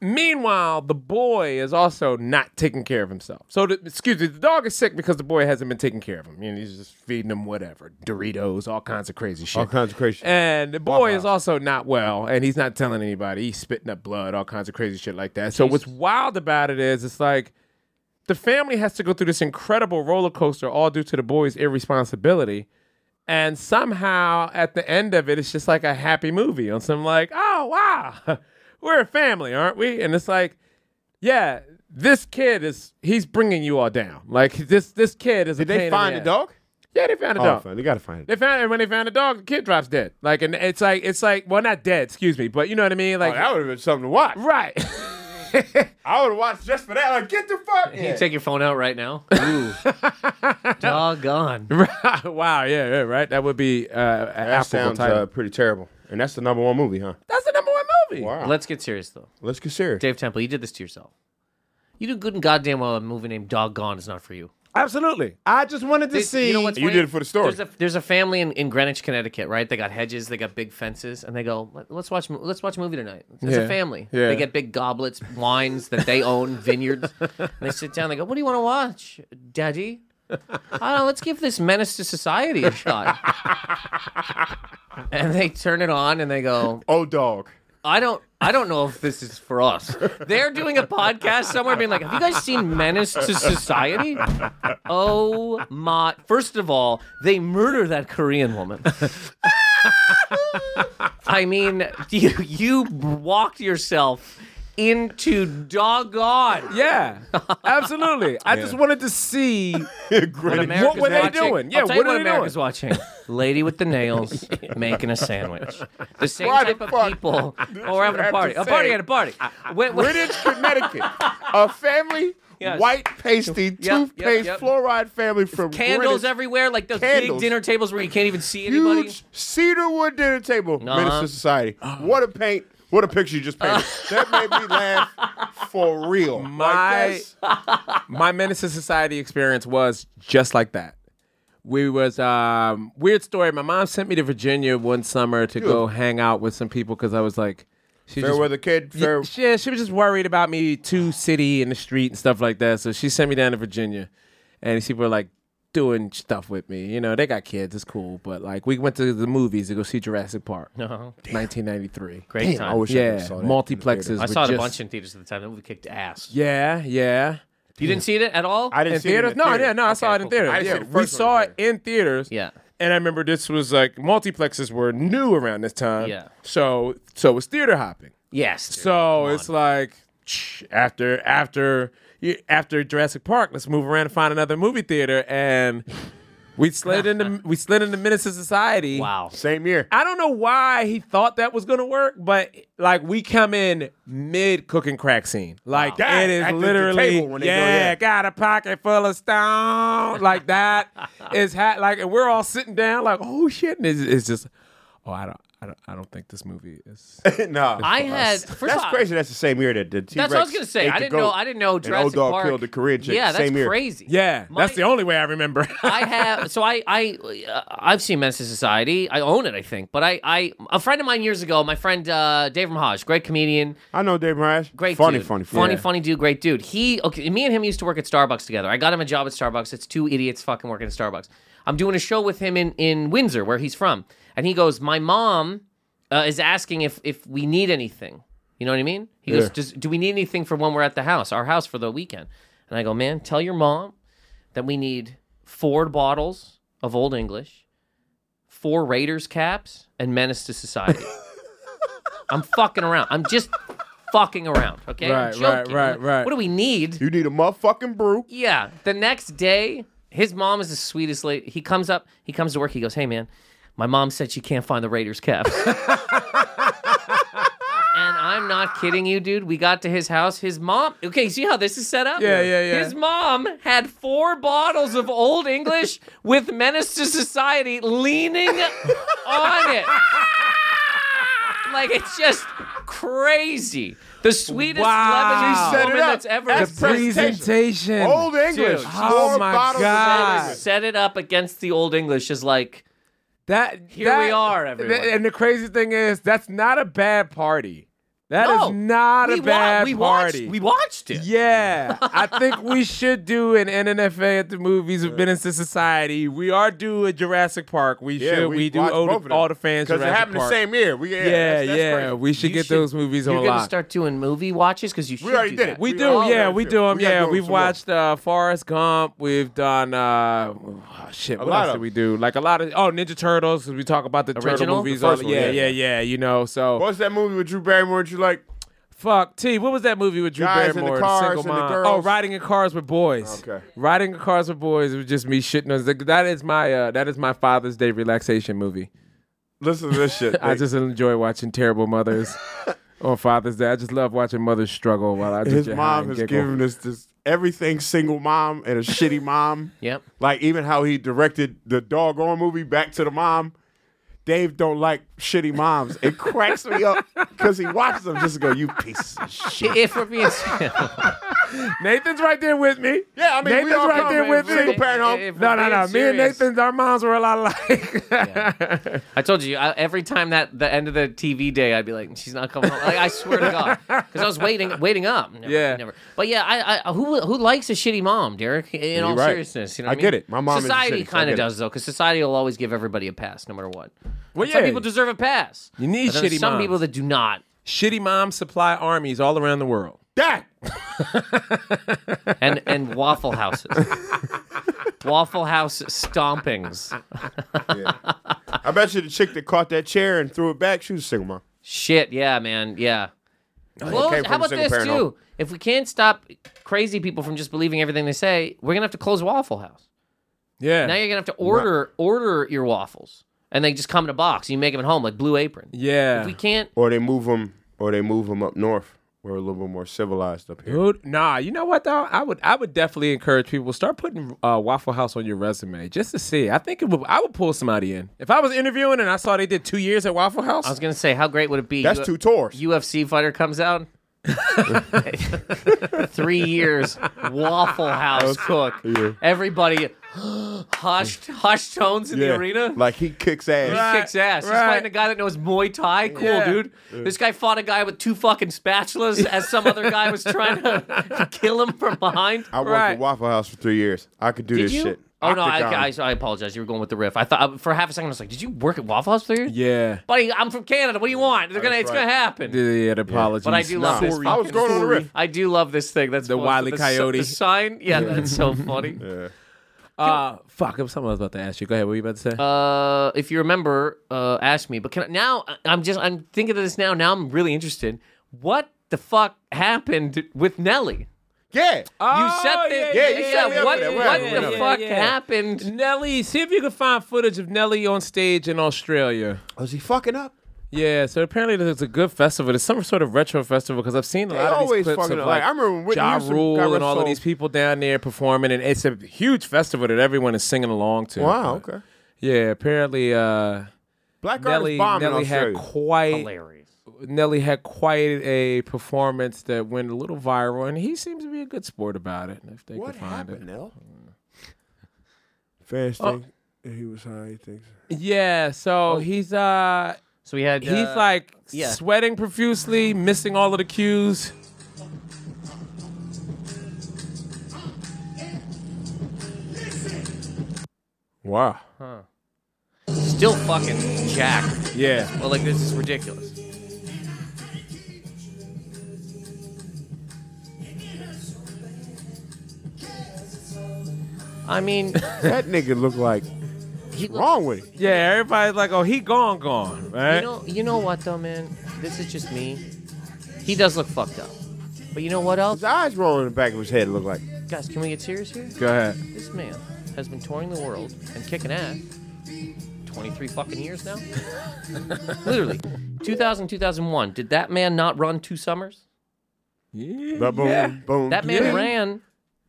S4: Meanwhile, the boy is also not taking care of himself. So, the, excuse me, the dog is sick because the boy hasn't been taking care of him. You know, he's just feeding him whatever Doritos, all kinds of crazy shit.
S6: All kinds of crazy shit.
S4: And the boy is also not well, and he's not telling anybody. He's spitting up blood, all kinds of crazy shit like that. So, what's wild about it is, it's like the family has to go through this incredible roller coaster, all due to the boy's irresponsibility. And somehow at the end of it, it's just like a happy movie on some like, oh wow, we're a family, aren't we? And it's like, yeah, this kid is he's bringing you all down. Like this this kid is.
S6: Did
S4: a pain
S6: they
S4: in
S6: find the
S4: ass.
S6: dog?
S4: Yeah, they found a
S6: Oh,
S4: dog.
S6: fine. They gotta find
S4: They
S6: it.
S4: found and when they found the dog, the kid drops dead. Like and it's like it's like well not dead, excuse me, but you know what I mean.
S6: Oh,
S4: Like
S6: that would have been something to watch.
S4: right.
S6: I would have watched just for that. Like, get the fuck.
S5: Can you take your phone out right now? Ooh. Doggone.
S4: wow. Yeah. Yeah. Right. That would be uh, an
S6: That
S4: applicable
S6: sounds
S4: title.
S6: uh, pretty terrible. And that's the number one movie, huh?
S4: That's the number one movie.
S6: Wow.
S5: Let's get serious, though.
S6: Let's get serious.
S5: Dave Temple, you did this to yourself. You do good and goddamn well a movie named Doggone is not for you.
S4: Absolutely. I just wanted to
S5: They-
S4: see.
S5: you know what's
S6: You
S5: funny?
S6: did it for the story.
S5: There's a, there's a family in, in Greenwich, Connecticut, right? They got hedges, they got big fences, and they go, "Let- let's watch mo- let's watch a movie tonight. It's
S4: Yeah.
S5: a family.
S4: Yeah.
S5: They get big goblets, wines that they own, vineyards. and they sit down. They go, what do you want to watch, Daddy? I don't know. Let's give this menace to society a shot. and they turn it on, and they go,
S6: Oh, dog.
S5: I don't I don't know if this is for us. They're doing a podcast somewhere being like, have you guys seen Menace to Society? Oh my first of all, they murder that Korean woman. I mean, you you walked yourself into doggone.
S4: Yeah. Absolutely. I just wanted to see.
S5: What,
S4: What were they
S5: watching-
S4: doing? Yeah,
S5: I'll tell you
S4: what are
S5: what
S4: they
S5: America's
S4: doing?
S5: watching. Lady with the nails making a sandwich. The same
S6: Why the
S5: type of
S6: fuck
S5: people
S6: did
S5: who are
S6: you
S5: having a
S6: have to
S5: party. A
S6: say-
S5: party at a party. When- when-
S6: Greenwich, Connecticut. A family,
S5: Yes.
S6: white pasty,
S5: yep,
S6: toothpaste,
S5: yep.
S6: fluoride family from
S5: candles
S6: Greenwich,
S5: everywhere, like those
S6: Candles.
S5: big dinner tables where you can't even see anybody.
S6: Huge cedarwood dinner table.
S4: Uh-huh.
S5: Nuh-uh.
S6: Minister Society. What a paint. What a picture you just painted. that made me laugh for real. Like,
S4: My-
S6: that's-
S4: My menace to society experience was just like that. We was um, weird story. My mom sent me to Virginia one summer to go hang out with some people because I was like, she
S6: fair
S4: just
S6: weather kid. Fair.
S4: Yeah, she, she was just worried about me too city in the street and stuff like that. So she sent me down to Virginia, and these people were like doing stuff with me. You know, they got kids, it's cool, but like we went to the movies to go see Jurassic Park,
S6: Uh-huh.
S5: No,
S4: 1993.
S5: great
S6: Damn,
S5: time.
S6: I wish I
S4: Yeah,
S6: could've saw that.
S4: multiplexes.
S5: I
S4: were
S5: saw it a
S4: just-
S5: bunch in theaters at the time. That movie kicked ass.
S4: Yeah, yeah.
S5: You didn't see it at all?
S6: I didn't
S4: In
S6: see it in
S4: theaters?
S6: the
S4: no,
S6: theater.
S4: yeah, no, I saw it in
S5: cool, cool.
S4: theaters.
S6: I didn't
S4: Yeah,
S6: see the
S4: we
S6: first
S4: saw
S6: one in
S4: it in theaters.
S5: Yeah.
S4: And I remember this was like multiplexes were new around this time.
S5: Yeah.
S4: So so it was theater hopping.
S5: Yes.
S4: So it's like shh, after after you- after Jurassic Park, let's move around and find another movie theater, and we slid into we slid into Menace to Society. Wow.
S6: Same year.
S4: I don't know why he thought that was gonna work, but like we come in mid cooking crack scene. Like
S6: Wow.
S4: it is
S6: At the- the
S4: literally
S6: table when they go
S4: yeah,
S6: there.
S4: got a pocket full of stone like that is hat like, and we're all sitting down like oh shit, and it's, it's just oh I don't I don't I don't think this movie is
S6: no.
S5: I had- first of
S6: that's
S5: all-
S6: crazy. That's the same year that the T
S5: That's what I was gonna say. I didn't know. I didn't know Jurassic
S6: and old dog
S5: Park
S6: killed the Korean chick.
S5: Yeah, that's
S6: same year.
S5: crazy.
S4: Yeah, that's the only way I remember.
S5: I have so I I uh, I've seen Menace to Society. I own it, I think. But I I a friend of mine years ago, my friend uh, Dave Ramaj, great comedian.
S6: I know Dave Ramaj.
S5: Great,
S6: Funny,
S5: dude.
S6: funny, funny.
S5: funny,
S6: Yeah.
S5: funny dude. Great dude. He okay. Me and him used to work at Starbucks together. I got him a job at Starbucks. It's two idiots fucking working at Starbucks. I'm doing a show with him in in Windsor, where he's from, and he goes, "My mom uh, is asking if if we need anything." You know what I mean? He
S11: Yeah.
S5: goes, Does, "Do we need anything for when we're at the house, our house for the weekend?" And I go, "Man, tell your mom that we need four bottles of Old English, four Raiders caps, and Menace to Society." I'm fucking around. I'm just fucking around. Okay. I'm
S4: Right, right,
S5: joking.
S4: right, right.
S5: What do we need?
S6: You need a motherfucking brew.
S5: Yeah. The next day, his mom is the sweetest lady. He comes up. He comes to work. He goes, "Hey, man, my mom said she can't find the Raiders cap." and I'm not kidding you, dude. We got to his house. His mom. Okay, see how this is set up?
S4: Yeah, yeah, yeah.
S5: His mom had four bottles of Old English with Menace to Society leaning on it. Like it's just crazy. The sweetest
S4: Wow.
S5: Lebanese
S4: She set it
S5: woman
S4: up.
S5: Oh, that's ever
S4: The presentation. Old English.
S5: Dude,
S4: Oh
S5: she
S4: my
S5: set it-
S4: God.
S5: Set it up against the old English is like
S4: that.
S5: Here we are, everyone.
S4: th- and the crazy thing is, that's not a bad party. That is
S5: No.
S4: not
S5: "Oh, We
S4: a
S5: wa-
S4: bad
S5: we watched-
S4: party.
S5: we watched it.
S4: Yeah, I think we should do an NNFA at the movies with Menace to Society. We are due a Jurassic Park. We
S6: Yeah,
S4: should.
S6: we
S4: We, do
S6: watched
S4: owe
S6: both of
S4: the,
S6: them.
S4: all the fans
S6: 'Cause it
S4: Jurassic
S6: happened the
S4: Park.
S6: same year. We- yeah,
S4: yeah,
S6: that's- that's
S4: yeah.
S6: crazy.
S4: We should
S6: You
S4: get
S6: should-
S4: those movies
S5: you're
S4: on
S5: gonna
S4: lock.
S5: start doing movie watches because you should.
S6: already
S5: do
S6: did
S5: that.
S6: it.
S4: We,
S6: We
S4: do,
S6: all
S4: yeah,
S6: done
S4: we
S6: too.
S4: do them,
S6: We gotta
S4: yeah.
S6: do
S4: We've
S6: some more.
S4: watched uh, Forrest Gump. We've done uh, oh, shit.
S6: A
S4: what
S6: lot
S4: else
S6: of
S4: did we do? Like a lot of oh Ninja Turtles. 'cause We talk about the turtle
S6: Original?
S4: movies.
S6: The
S4: all-
S6: first one,
S4: yeah, yeah,
S6: yeah.
S4: yeah. You know, so
S6: What was that movie with Drew Barrymore? that You like?
S4: Fuck T. What was that movie with Drew
S6: Guys in the
S4: Barrymore?
S6: cars
S4: single
S6: and the
S4: mom.
S6: girls.
S4: Oh, riding in cars with boys.
S6: Okay.
S4: Riding in cars with boys was just me shitting on. That is my uh, that is my Father's Day relaxation movie.
S6: Listen to this shit.
S4: I just enjoy watching terrible mothers on Father's Day. I just love watching mothers struggle while I just
S6: his
S4: get high
S6: mom
S4: and
S6: has
S4: giggle.
S6: given us this everything single mom and a shitty mom.
S5: Yep.
S6: Like even how he directed the doggone movie back to the mom. Dave don't like shitty moms. It cracks me up because he watches them just go, you piece of shit.
S5: If we're being
S4: Nathan's right there with me.
S6: Yeah, I mean, we
S4: Nathan's
S6: all
S4: right
S6: come
S4: there
S6: from
S4: with me.
S6: single parent home.
S5: If
S4: No,
S5: we're
S4: no,
S5: being
S4: no. Me and
S5: serious.
S4: Nathan's, our moms were a lot alike.
S5: I told you I, every time that the end of the TV day, I'd be like, "She's not coming." Home. Like, I swear to God, because I was waiting, waiting up. Never,
S4: Yeah.
S5: never. But yeah, I, I who who likes a shitty mom, Derek? In
S6: You're
S5: all
S6: right.
S5: seriousness, you know
S6: I
S5: what
S6: get
S5: mean?
S6: it. My mom is a
S5: society
S6: shitty, so I
S5: kind
S6: get
S5: of
S6: it.
S5: does though, because society will always give everybody a pass, no matter what.
S4: Well,
S5: And some
S4: yeah.
S5: people deserve a pass.
S4: You need
S5: But then
S4: shitty
S5: Some
S4: moms.
S5: people that do not.
S4: Shitty moms supply armies all around the world.
S6: That
S5: and and waffle houses. waffle house stompings.
S6: I bet you the chick that caught that chair and threw it back, she was a single mom.
S5: Shit, yeah, man, yeah.
S6: Oh, it
S5: Close-
S6: came
S5: how
S6: from
S5: about
S6: single
S5: this too?
S6: parent home.
S5: If we can't stop crazy people from just believing everything they say, we're gonna have to close Waffle House.
S4: Yeah.
S5: Now you're gonna have to order order your waffles, and they just come in a box. And you make them at home, like Blue Apron.
S4: Yeah.
S5: If we can't,
S6: Or they move them, or they move them up north. We're a little bit more civilized up here.
S4: Dude, nah, you know what though? I would I would definitely encourage people start putting uh, Waffle House on your resume just to see. I think it would, I would pull somebody in if I was interviewing and I saw they did two years at Waffle House.
S5: I was gonna say, how great would it be?
S6: That's two tours.
S5: UFC fighter comes out. Three years, Waffle House cook. Everybody hushed, hushed tones in the arena.
S6: Like he kicks ass.
S5: He kicks ass. He's fighting a guy that knows Muay Thai. Cool,
S6: Yeah.
S5: dude. This guy fought a guy with two fucking spatulas as some other guy was trying to kill him from behind.
S6: I worked at Waffle House for three years. I could do
S5: Did
S6: this
S5: you?
S6: shit.
S5: Oh no, I,
S6: Octagon.
S5: I, I apologize. You were going with the riff. I thought for half a second I was like, "Did you work at Waffle House for years?"
S4: Yeah.
S5: buddy, I'm from Canada. What do you want? They're gonna, it's
S4: right.
S5: gonna happen.
S4: Yeah, yeah, the apologies.
S5: But I do love this.
S6: I was
S5: fucking
S6: going on the
S5: story.
S6: riff.
S5: I do love this thing. That's
S4: The
S5: awesome.
S4: Wile E.
S5: s-
S4: Coyote.
S5: the sign. Yeah, that's so funny.
S4: Uh, fuck, it was something I was about to ask you. Go ahead. What were you about to say?
S5: Uh, if you remember, uh, ask me. But can I, now I- I'm just I'm thinking of this now. Now I'm really interested. what the fuck happened with Nelly? you
S6: Yeah.
S5: said this.
S4: Oh, yeah, yeah, yeah, yeah,
S5: what
S4: yeah,
S5: what
S4: yeah,
S5: the
S4: yeah,
S5: fuck
S4: yeah.
S5: happened?
S4: Nelly, see if you can find footage of Nelly on stage in Australia.
S6: Was he fucking up?
S4: Yeah, so apparently there's a good festival. There's some sort of retro festival because I've seen a
S6: They
S4: lot of
S6: always
S4: these clips
S6: fucking
S4: of
S6: up.
S4: like,
S6: Like, I remember when Whitney
S4: Ja
S6: Houston got
S4: Rule and all of
S6: wrestled.
S4: these people down there performing, and it's a huge festival that everyone is singing along to.
S6: Wow,
S4: But,
S6: okay.
S4: Yeah, apparently uh,
S6: Black
S4: Nelly
S6: artists bomb in
S4: Nelly had
S6: Australia.
S4: quite
S5: Hilarious.
S4: Nelly had quite a performance that went a little viral, and he seems to be a good sport about it. If they
S6: What
S4: could find
S6: happened,
S4: it.
S6: Nell? Fans
S4: Oh.
S6: think he was high. He thinks.
S4: Yeah, so he's uh
S5: So we had
S4: he's
S5: uh,
S4: like
S5: yeah.
S4: sweating profusely, missing all of the cues.
S6: Wow.
S5: still fucking jacked.
S6: Yeah.
S5: Well, like this is ridiculous. I mean,
S6: that nigga looked like.
S5: he
S6: What's wrong with him?
S4: Yeah, everybody's like, "Oh, he gone, gone." Right?
S5: You know, you know what though, man? This is just me. He does look fucked up. But you know what else?
S6: His eyes rolling in the back of his head looked like.
S5: Guys, can we get serious here?
S4: Go ahead.
S5: This man has been touring the world and kicking ass 23 fucking years now. Literally. 2000, 2001. Did that man not run two summers?
S6: ba- Boom, boom.
S5: That man
S6: yeah.
S5: ran.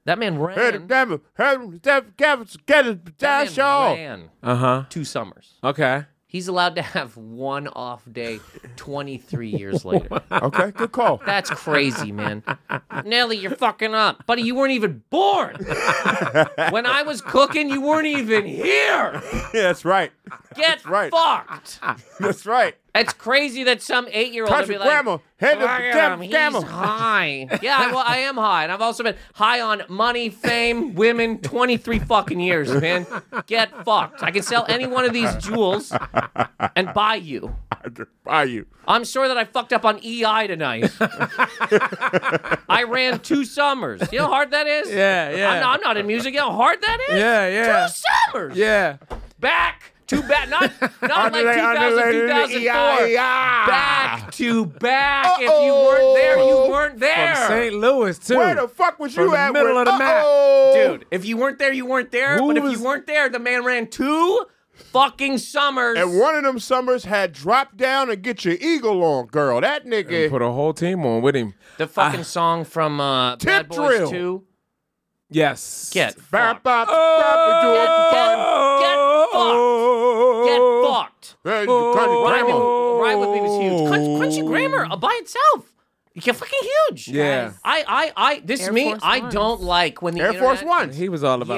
S5: That man
S6: Hey, the
S5: ran. That
S6: devil, hey, the devil, Gavin's get his
S5: man
S6: dash off.
S5: ran
S4: Uh huh.
S5: two summers.
S4: Okay.
S5: He's allowed to have one off day 23 years later.
S6: Okay, good call.
S5: That's crazy, man. Nelly, you're fucking up. Buddy, you weren't even born. when I was cooking, you weren't even here.
S6: yeah, that's right.
S5: Get
S6: right.
S5: fucked.
S6: That's right.
S5: It's crazy that some eight year old would
S6: Country
S5: be like,
S6: grandma, head
S5: "Look at him,
S6: of the
S5: he's
S6: devil,
S5: high. Yeah, I, well, I am high. And I've also been high on money, fame, women, 23 fucking years, man. Get fucked. I can sell any one of these jewels and buy you.
S6: Are you?
S5: I'm sure that I fucked up on EI tonight. I ran two summers. You know how hard that is?
S4: Yeah, yeah.
S5: I'm not, I'm not in music. You know how hard that is?
S4: Yeah, yeah.
S5: Two summers.
S4: Yeah.
S5: Back to back. Not, not like 2000,
S6: Underlay-
S5: 2004.
S6: underlay- yeah.
S5: Back to back. If you weren't there, you weren't there.
S4: From St. Louis too.
S6: Where the fuck was
S4: From
S6: you
S4: the
S6: at?
S4: middle
S6: when-
S4: of the map.
S6: Uh-oh.
S5: Dude, if you weren't there, you weren't there.
S4: Who
S5: but if
S4: was-
S5: you weren't there, the man ran two fucking summers.
S6: And one of them summers had drop down and get your eagle on, girl. That
S4: He
S6: nigga.
S4: put a whole team on with him.
S5: the fucking song from uh, Bad
S6: Tip
S5: Boys
S6: drill.
S5: 2.
S4: Yes.
S5: Get
S6: Bop,
S5: fucked.
S6: bop, bop, do it
S5: Oh.
S6: for fun.
S5: Get
S4: Oh.
S5: fucked.
S6: Hey, the country
S5: Rhyme,
S6: grandma.
S5: Rhyme with me was huge.
S4: Oh.
S5: Crunch, crunchy grammar uh, by itself. You're fucking huge.
S4: Yeah.
S5: I, I, I. This
S12: Air
S5: is me.
S12: Force
S5: I
S12: Ones.
S5: don't like when the
S6: Air Force
S5: internet-
S6: One.
S4: He was all about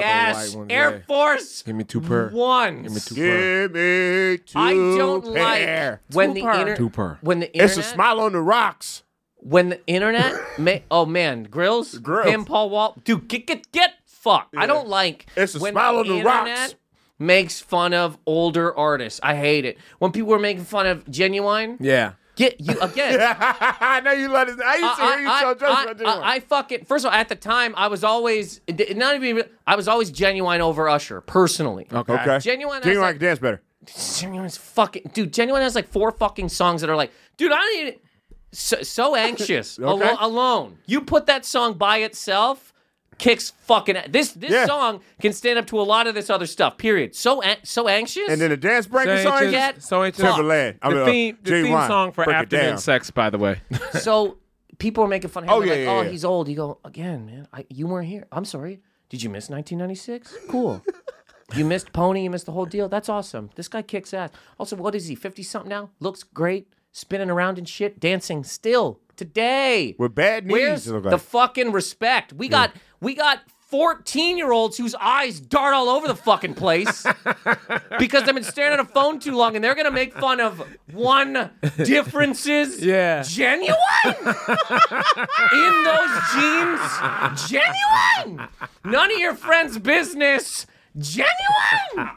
S4: the
S5: Yes,
S4: white ones.
S5: Air
S4: yeah.
S5: Force.
S4: Give me two per.
S5: Ones.
S4: Give me two per.
S6: Give me two
S5: I don't
S6: pair.
S5: like when the
S12: per.
S5: internet.
S4: Two per.
S5: When the
S6: It's
S5: internet.
S6: a smile on the rocks.
S5: When the internet. ma- oh man, grills.
S6: Grills.
S5: Him, Paul Wall. Dude, get get get fucked. I don't like
S6: It's a
S5: when
S6: smile
S5: the
S6: on the
S5: internet
S6: rocks.
S5: Makes fun of older artists. I hate it when people are making fun of genuine.
S4: Yeah.
S5: Get you again.
S6: I know you love it. I used to hear you tell jokes
S5: I,
S6: about this one.
S5: I, I fucking first of all at the time I was always not even I was always genuine over Usher personally.
S4: Okay.
S6: Okay.
S5: Genuine
S6: Genuine
S5: has
S6: can dance better.
S5: Genuine's fucking dude. Genuine has like four fucking songs that are like, dude, I don't need so, so anxious alo-
S6: Okay.
S5: alone. You put that song by itself, kicks fucking a- this this
S6: Yeah.
S5: song can stand up to a lot of this other stuff. Period. So an- so anxious.
S6: And then the dance break
S4: So
S6: is on.
S4: anxious.
S6: Get
S5: Get
S4: so anxious.
S6: Timberland. I mean,
S4: The
S6: uh,
S4: theme, the
S6: Jay
S4: theme
S6: Ryan.
S4: song for
S6: Break it
S4: afternoon
S6: down.
S4: sex, by the way.
S5: so people were making fun of him.
S6: Oh,
S5: Oh,
S6: yeah,
S5: like,
S6: yeah,
S5: oh,
S6: yeah.
S5: he's old. You go, again, man, I, you weren't here. I'm sorry. Did you miss 1996? Cool. you missed Pony. You missed the whole deal. That's awesome. This guy kicks ass. Also, what is he, 50 something now? Looks great. Spinning around and shit. Dancing still today.
S6: With bad knees,
S5: Where's
S6: it look
S5: the
S6: like. Hmm.
S5: fucking respect? We got, we got. 14 year olds whose eyes dart all over the fucking place because they've been staring at a phone too long and they're gonna make fun of one differences
S4: Yeah.
S5: genuine in those jeans genuine none of your friends business genuine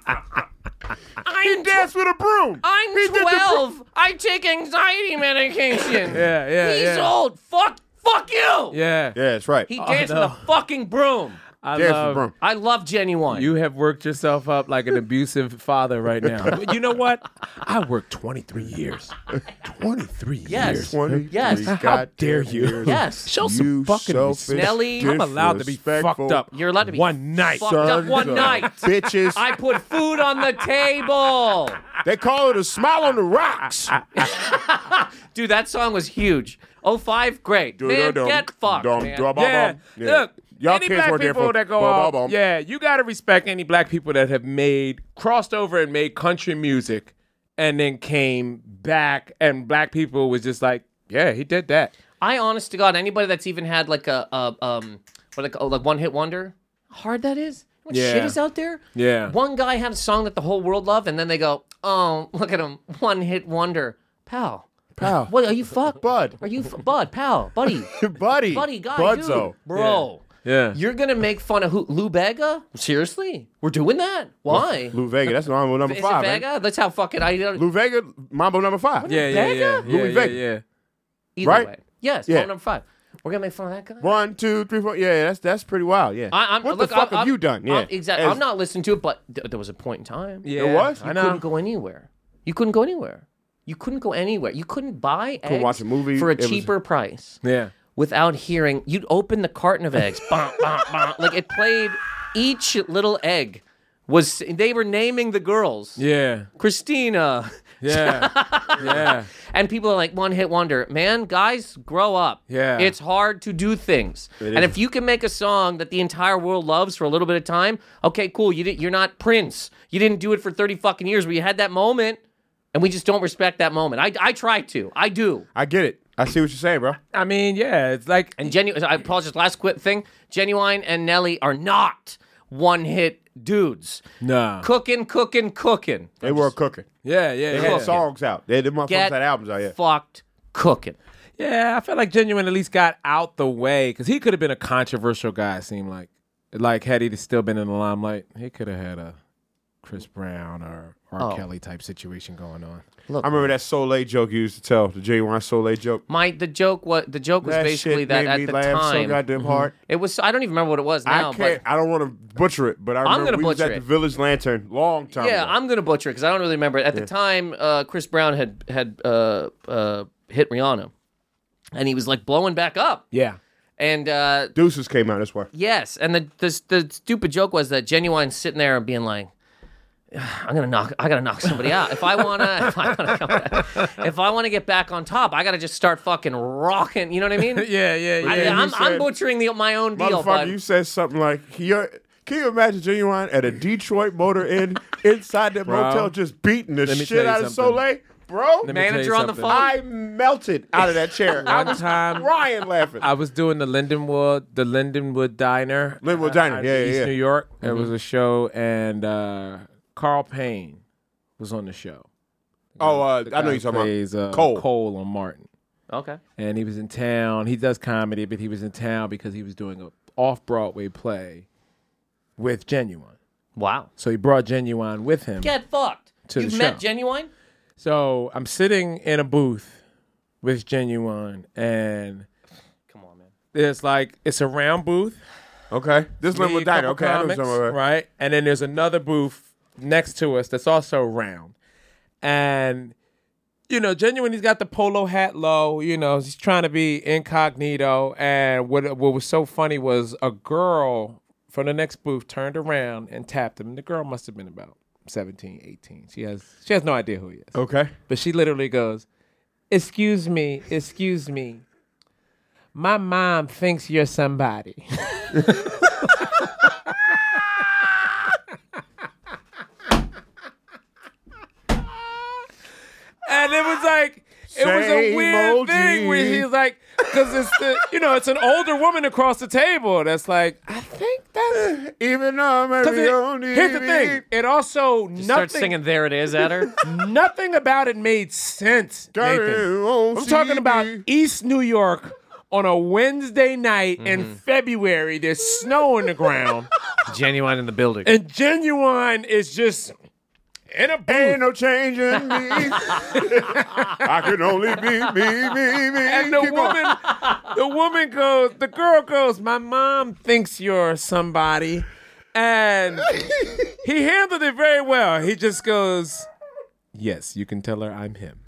S5: i'm,
S6: Dance with a broom. He
S5: I'm
S6: did the
S5: 12 i take anxiety medication
S4: Yeah, yeah,
S5: he's
S4: yeah.
S5: old fuck fuck you
S4: Yeah. Oh,
S6: bro- Yeah, that's right.
S5: he danced
S4: no.
S5: with a fucking broom
S4: I
S6: There's the
S4: love,
S6: broom.
S5: I love genuine.
S4: You have worked yourself up like an abusive father right now. But you know what? I worked 23 years. 23
S5: Yes.
S4: years.
S5: 23 Yes.
S4: How dare
S6: goddamn
S4: you?
S6: years.
S5: Yes.
S4: Show some
S6: You
S4: fucking
S6: selfish,
S4: Nelly. I'm allowed to be fucked
S6: disrespectful
S4: up.
S5: You're allowed to be
S4: one night.
S5: fucked up
S6: Sons
S5: one
S6: of
S5: night.
S6: bitches.
S5: I put food on the table.
S6: They call it a smile on the rocks.
S5: Dude, that song was huge. Oh five, great. Man,
S6: Dum-dum-dum,
S5: get fucked,
S6: dum-dum,
S5: man.
S6: dum-dum,
S4: Yeah.
S6: yeah.
S4: Look,
S6: Y'all
S4: any
S6: kids
S4: black
S6: weren't there
S4: people
S6: for
S4: that go
S6: bum, bum,
S4: off,
S6: bum.
S4: yeah, you got to respect any black people that have made crossed over and made country music, and then came back, and black people was just like, yeah, he did that.
S5: I honest to God, anybody that's even had like a, a um what like oh, like one hit wonder, how hard that is. How much
S4: Yeah.
S5: shit is out there?
S4: Yeah.
S5: One guy had a song that the whole world loved, and then they go, "Oh, look at him, one hit wonder, pal,
S6: Pal.
S5: What are you fuck,
S6: Bud.
S5: Are you f- bud, pal, buddy,
S6: buddy.
S5: buddy, guy,
S6: Budzo.
S5: dude, bro?
S4: Yeah.
S5: You're gonna make fun of who? Lou Bega? Seriously? We're doing that? Why?
S6: Lou Vega. That's Mambo number
S5: is it
S6: five.
S5: Vega?
S6: man.
S5: That's how fucking I don't.
S6: Lou Vega, Mambo number five.
S4: Yeah, yeah,
S5: Vega?
S4: yeah, yeah,
S6: Louis
S4: yeah,
S6: Vega.
S4: yeah.
S5: either
S6: right?
S5: way. Yes.
S6: Yeah.
S5: Yeah. Number five. We're gonna make fun of that guy.
S6: One, two, three, four. Yeah, that's that's pretty wild. Yeah.
S5: I, I'm,
S6: what
S5: look,
S6: the fuck
S5: I'm,
S6: have
S5: I'm-
S6: you done? Yeah.
S5: I'm, exactly.
S6: As-
S5: I'm not listening to it, but th- there was a point in time.
S4: Yeah,
S6: It was?
S4: I
S5: You
S4: know.
S5: couldn't go anywhere. You couldn't go anywhere. You couldn't go anywhere. You couldn't buy eggs
S6: Couldn't watch a movie.
S5: for a
S6: It was-
S5: cheaper price
S4: Yeah.
S5: without hearing. You'd open the carton of eggs. bah, bah, bah. Like it played each little egg was they were naming the girls.
S4: Yeah.
S5: Christina.
S4: Yeah. yeah.
S5: And people are like one hit wonder. Man, guys, grow up.
S4: Yeah.
S5: It's hard to do things. and if you can make a song that the entire world loves for a little bit of time, okay, cool. You did, you're not Prince. You didn't do it for 30 fucking years where you had that moment and we just don't respect that moment. I, I try to. I do.
S6: I get it. I see what you're saying, bro.
S4: I mean, yeah, it's like
S5: And genuine, I apologize. Last quick thing Genuine and Nelly are not one hit dudes.
S4: nah.
S5: Cooking, cooking, cooking.
S6: They were cooking.
S4: Yeah, yeah,
S6: They
S4: yeah.
S6: had songs out. They the motherfuckers
S5: Get
S6: had albums out. Yeah.
S5: fucked cooking.
S4: Yeah, I feel like Genuine at least got out the way because he could have been a controversial guy. It seemed like, like had he still been in the limelight, he could have had a Chris Brown or R.
S5: Oh.
S4: Kelly type situation going on.
S5: Look,
S6: I remember that Soleil joke you used to tell the genuine Soleil joke.
S5: My the joke was the joke was
S6: That
S5: basically
S6: shit
S5: that
S6: made
S5: at
S6: me
S5: the
S6: laugh so
S5: time
S6: goddamn hard.
S5: it was I don't even remember what it was now,
S6: I can't.
S5: but
S6: I don't want to butcher it, but I remember
S5: gonna
S6: we was
S5: butcher
S6: at
S5: it.
S6: the Village Lantern long time.
S5: yeah,
S6: ago.
S5: I'm gonna butcher it because I don't really remember it. At the time, uh, Chris Brown had had uh, uh, hit Rihanna, and he was like blowing back up,
S4: Yeah,
S5: and uh,
S6: Deuces came out. That's why.
S5: yes, and the, the the stupid joke was that genuine sitting there and being like. I'm gonna knock. I gotta knock somebody out. If I wanna, if I wanna, come back, if I wanna get back on top, I gotta just start fucking rocking. You know what I mean?
S4: yeah, yeah, yeah.
S5: I,
S6: you
S5: am I'm
S6: said-
S5: butchering the, my own deal.
S6: Motherfucker,
S5: But
S6: you said something like, "Can you- can you imagine Genuine at a Detroit Motor Inn inside that
S4: Bro.
S6: motel just beating the
S4: Let me tell
S6: shit
S4: you
S6: out of
S4: something.
S6: Soleil? Bro,
S4: Let me tell you
S5: manager on the
S4: something.
S5: phone.
S6: I melted out of that chair. I
S4: One
S6: was
S4: time-
S6: crying laughing.
S4: I was doing the Lindenwood, the Lindenwood Diner,
S6: Linwood
S4: uh,
S6: Diner,
S4: out
S6: yeah,
S4: in
S6: yeah,
S4: East
S6: yeah.
S4: New York. It was a show, and uh, Carl Payne was on the show.
S6: oh, uh,
S4: The
S6: I know
S4: guy
S6: you're talking
S4: plays,
S6: about
S4: uh,
S6: Cole.
S4: Cole on Martin.
S5: okay.
S4: and he was in town. He does comedy, but he was in town because he was doing a off Broadway play with Genuine.
S5: Wow.
S4: So he brought Genuine with him.
S5: Get fucked.
S4: To
S5: You've
S4: the
S5: met
S4: show.
S5: Genuine?
S4: so I'm sitting in a booth with Genuine, and
S5: Come on, man.
S4: there's like it's a round booth.
S6: Okay, this
S4: me,
S6: Linwood
S4: a couple
S6: Diner. Okay, I know you're
S4: comics,
S6: talking about.
S4: right? And then there's another booth next to us that's also round. And you know, genuine, he's got the polo hat low. You know, he's trying to be incognito. And what what was so funny was a girl from the next booth turned around and tapped him. The girl must have been about 17, 18. She has she has no idea who he is.
S6: Okay,
S4: But she literally goes, "Excuse me, excuse me. My mom thinks you're somebody." and it was like it was a
S6: Same
S4: weird
S6: old
S4: thing where
S6: G.
S4: he's like because it's the you know it's an older woman across the table that's like i think that's
S6: even though I'm
S4: because
S6: every only
S4: here's the thing it also
S5: Start
S4: nothing
S5: singing There It Is at her.
S4: nothing about it made sense. Nathan. I'm talking about e- East New York on a Wednesday night in February. There's snow on the ground,
S5: Genuine in the building.
S4: and Genuine is just.
S6: In a Ain't no change in me. I can only be me, me, me.
S4: And the woman, the woman goes, the girl goes, my mom thinks you're somebody. And he handled it very well. He just goes, yes, you can tell her I'm him.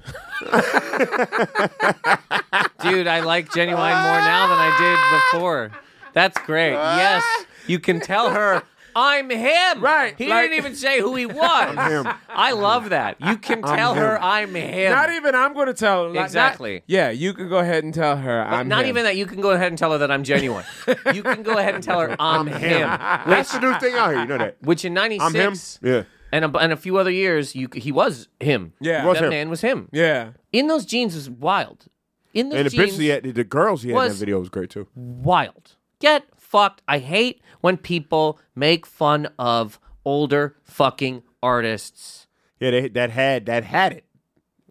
S5: Dude, I like Genuine more now than I did before. That's great. Yes, you can tell her I'm him. Right. He
S4: like-
S5: didn't even say who he was.
S4: I'm him.
S5: I love that. You can
S4: I'm
S5: tell her
S4: him.
S5: I'm him.
S4: Not even I'm going to tell her.
S5: Exactly.
S4: yeah, you can go ahead and tell her I'm
S5: Not
S4: him.
S5: even that. You can go ahead and tell her that I'm genuine. you can go ahead and tell her I'm, him.
S6: That's the new thing out here. You know that.
S5: Which in
S6: I'm him.
S5: '96
S6: Yeah.
S5: and a, and a few other years, you he was him.
S6: Yeah. Was
S5: that
S6: him.
S5: man was him.
S4: Yeah.
S5: In those jeans was wild. In those
S6: And the
S5: jeans,
S6: bitch he had, the girls he had in that
S5: was-
S6: video was great too.
S5: wild. Get fucked. I hate when people make fun of older fucking artists.
S6: Yeah, they, that had that had it.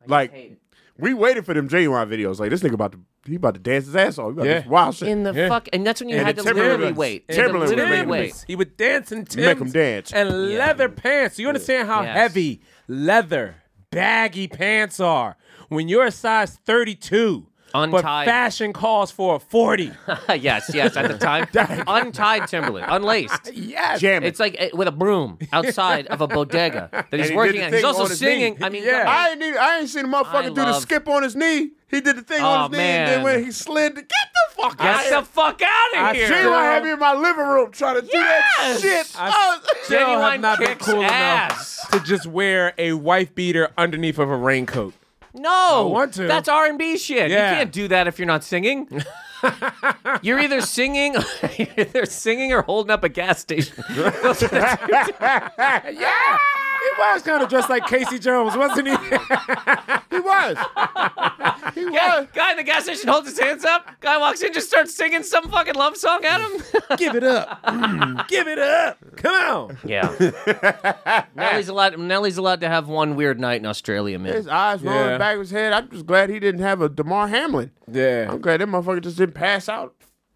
S6: Like we waited for them genuine videos. Like this nigga about to he about to dance his ass off. He about to
S4: Yeah.
S6: do some wild shit.
S5: In the
S4: Yeah.
S5: fuck, and that's when you
S6: And
S5: had
S6: the
S5: to
S6: Timberlands.
S5: literally wait. You had to
S6: Timberlands would
S5: literally
S6: make him
S5: wait.
S4: He would dance in Timbs.
S6: Make 'em dance.
S4: And leather pants. You understand how
S5: Yes.
S4: heavy leather baggy pants are when you're a size 32. But
S5: Untied.
S4: fashion calls for a 40.
S5: yes, yes. At the time, untied Timberland, unlaced.
S4: yes.
S6: Jam it.
S5: It's like eh, with a broom outside of a bodega that
S6: And
S5: he's
S6: he
S5: working
S6: did the
S5: at. He's
S6: thing
S5: also
S6: on his
S5: singing.
S6: knee.
S5: I mean,
S4: Yeah.
S6: I ain't need, I ain't seen a
S5: I
S6: motherfucker do the
S5: love-
S6: skip on his knee. He did the thing
S5: Oh,
S6: on his knee, and
S5: man.
S6: then when he slid, get the fuck out
S5: get the
S6: of
S5: fuck out
S4: I
S5: of here.
S6: here. Genuine had me in my living room trying to
S5: Yes!
S6: do that shit.
S4: I
S6: I was-
S4: still have
S5: Genuine
S4: not been
S5: kicks
S4: cool
S5: ass.
S4: enough to just wear a wife beater underneath of a raincoat.
S5: No,
S4: I want to.
S5: That's R and B shit.
S4: Yeah.
S5: You can't do that if you're not singing. you're either singing, you're either singing or holding up a gas station. Those are the two-
S6: Ah!
S4: yeah. He was kind of dressed like Casey Jones, wasn't he?
S6: he was. he
S5: yeah,
S6: was.
S5: guy in the gas station holds his hands up. Guy walks in, just starts singing some fucking love song at him.
S4: Give it up. Give it up. Come on.
S5: yeah, Nelly's allowed. Nelly's allowed to have one weird night in Australia, man.
S6: His eyes
S4: Yeah.
S6: rolling back of his head. I'm just glad he didn't have a Damar Hamlin.
S4: Yeah.
S6: I'm glad that motherfucker just didn't pass out.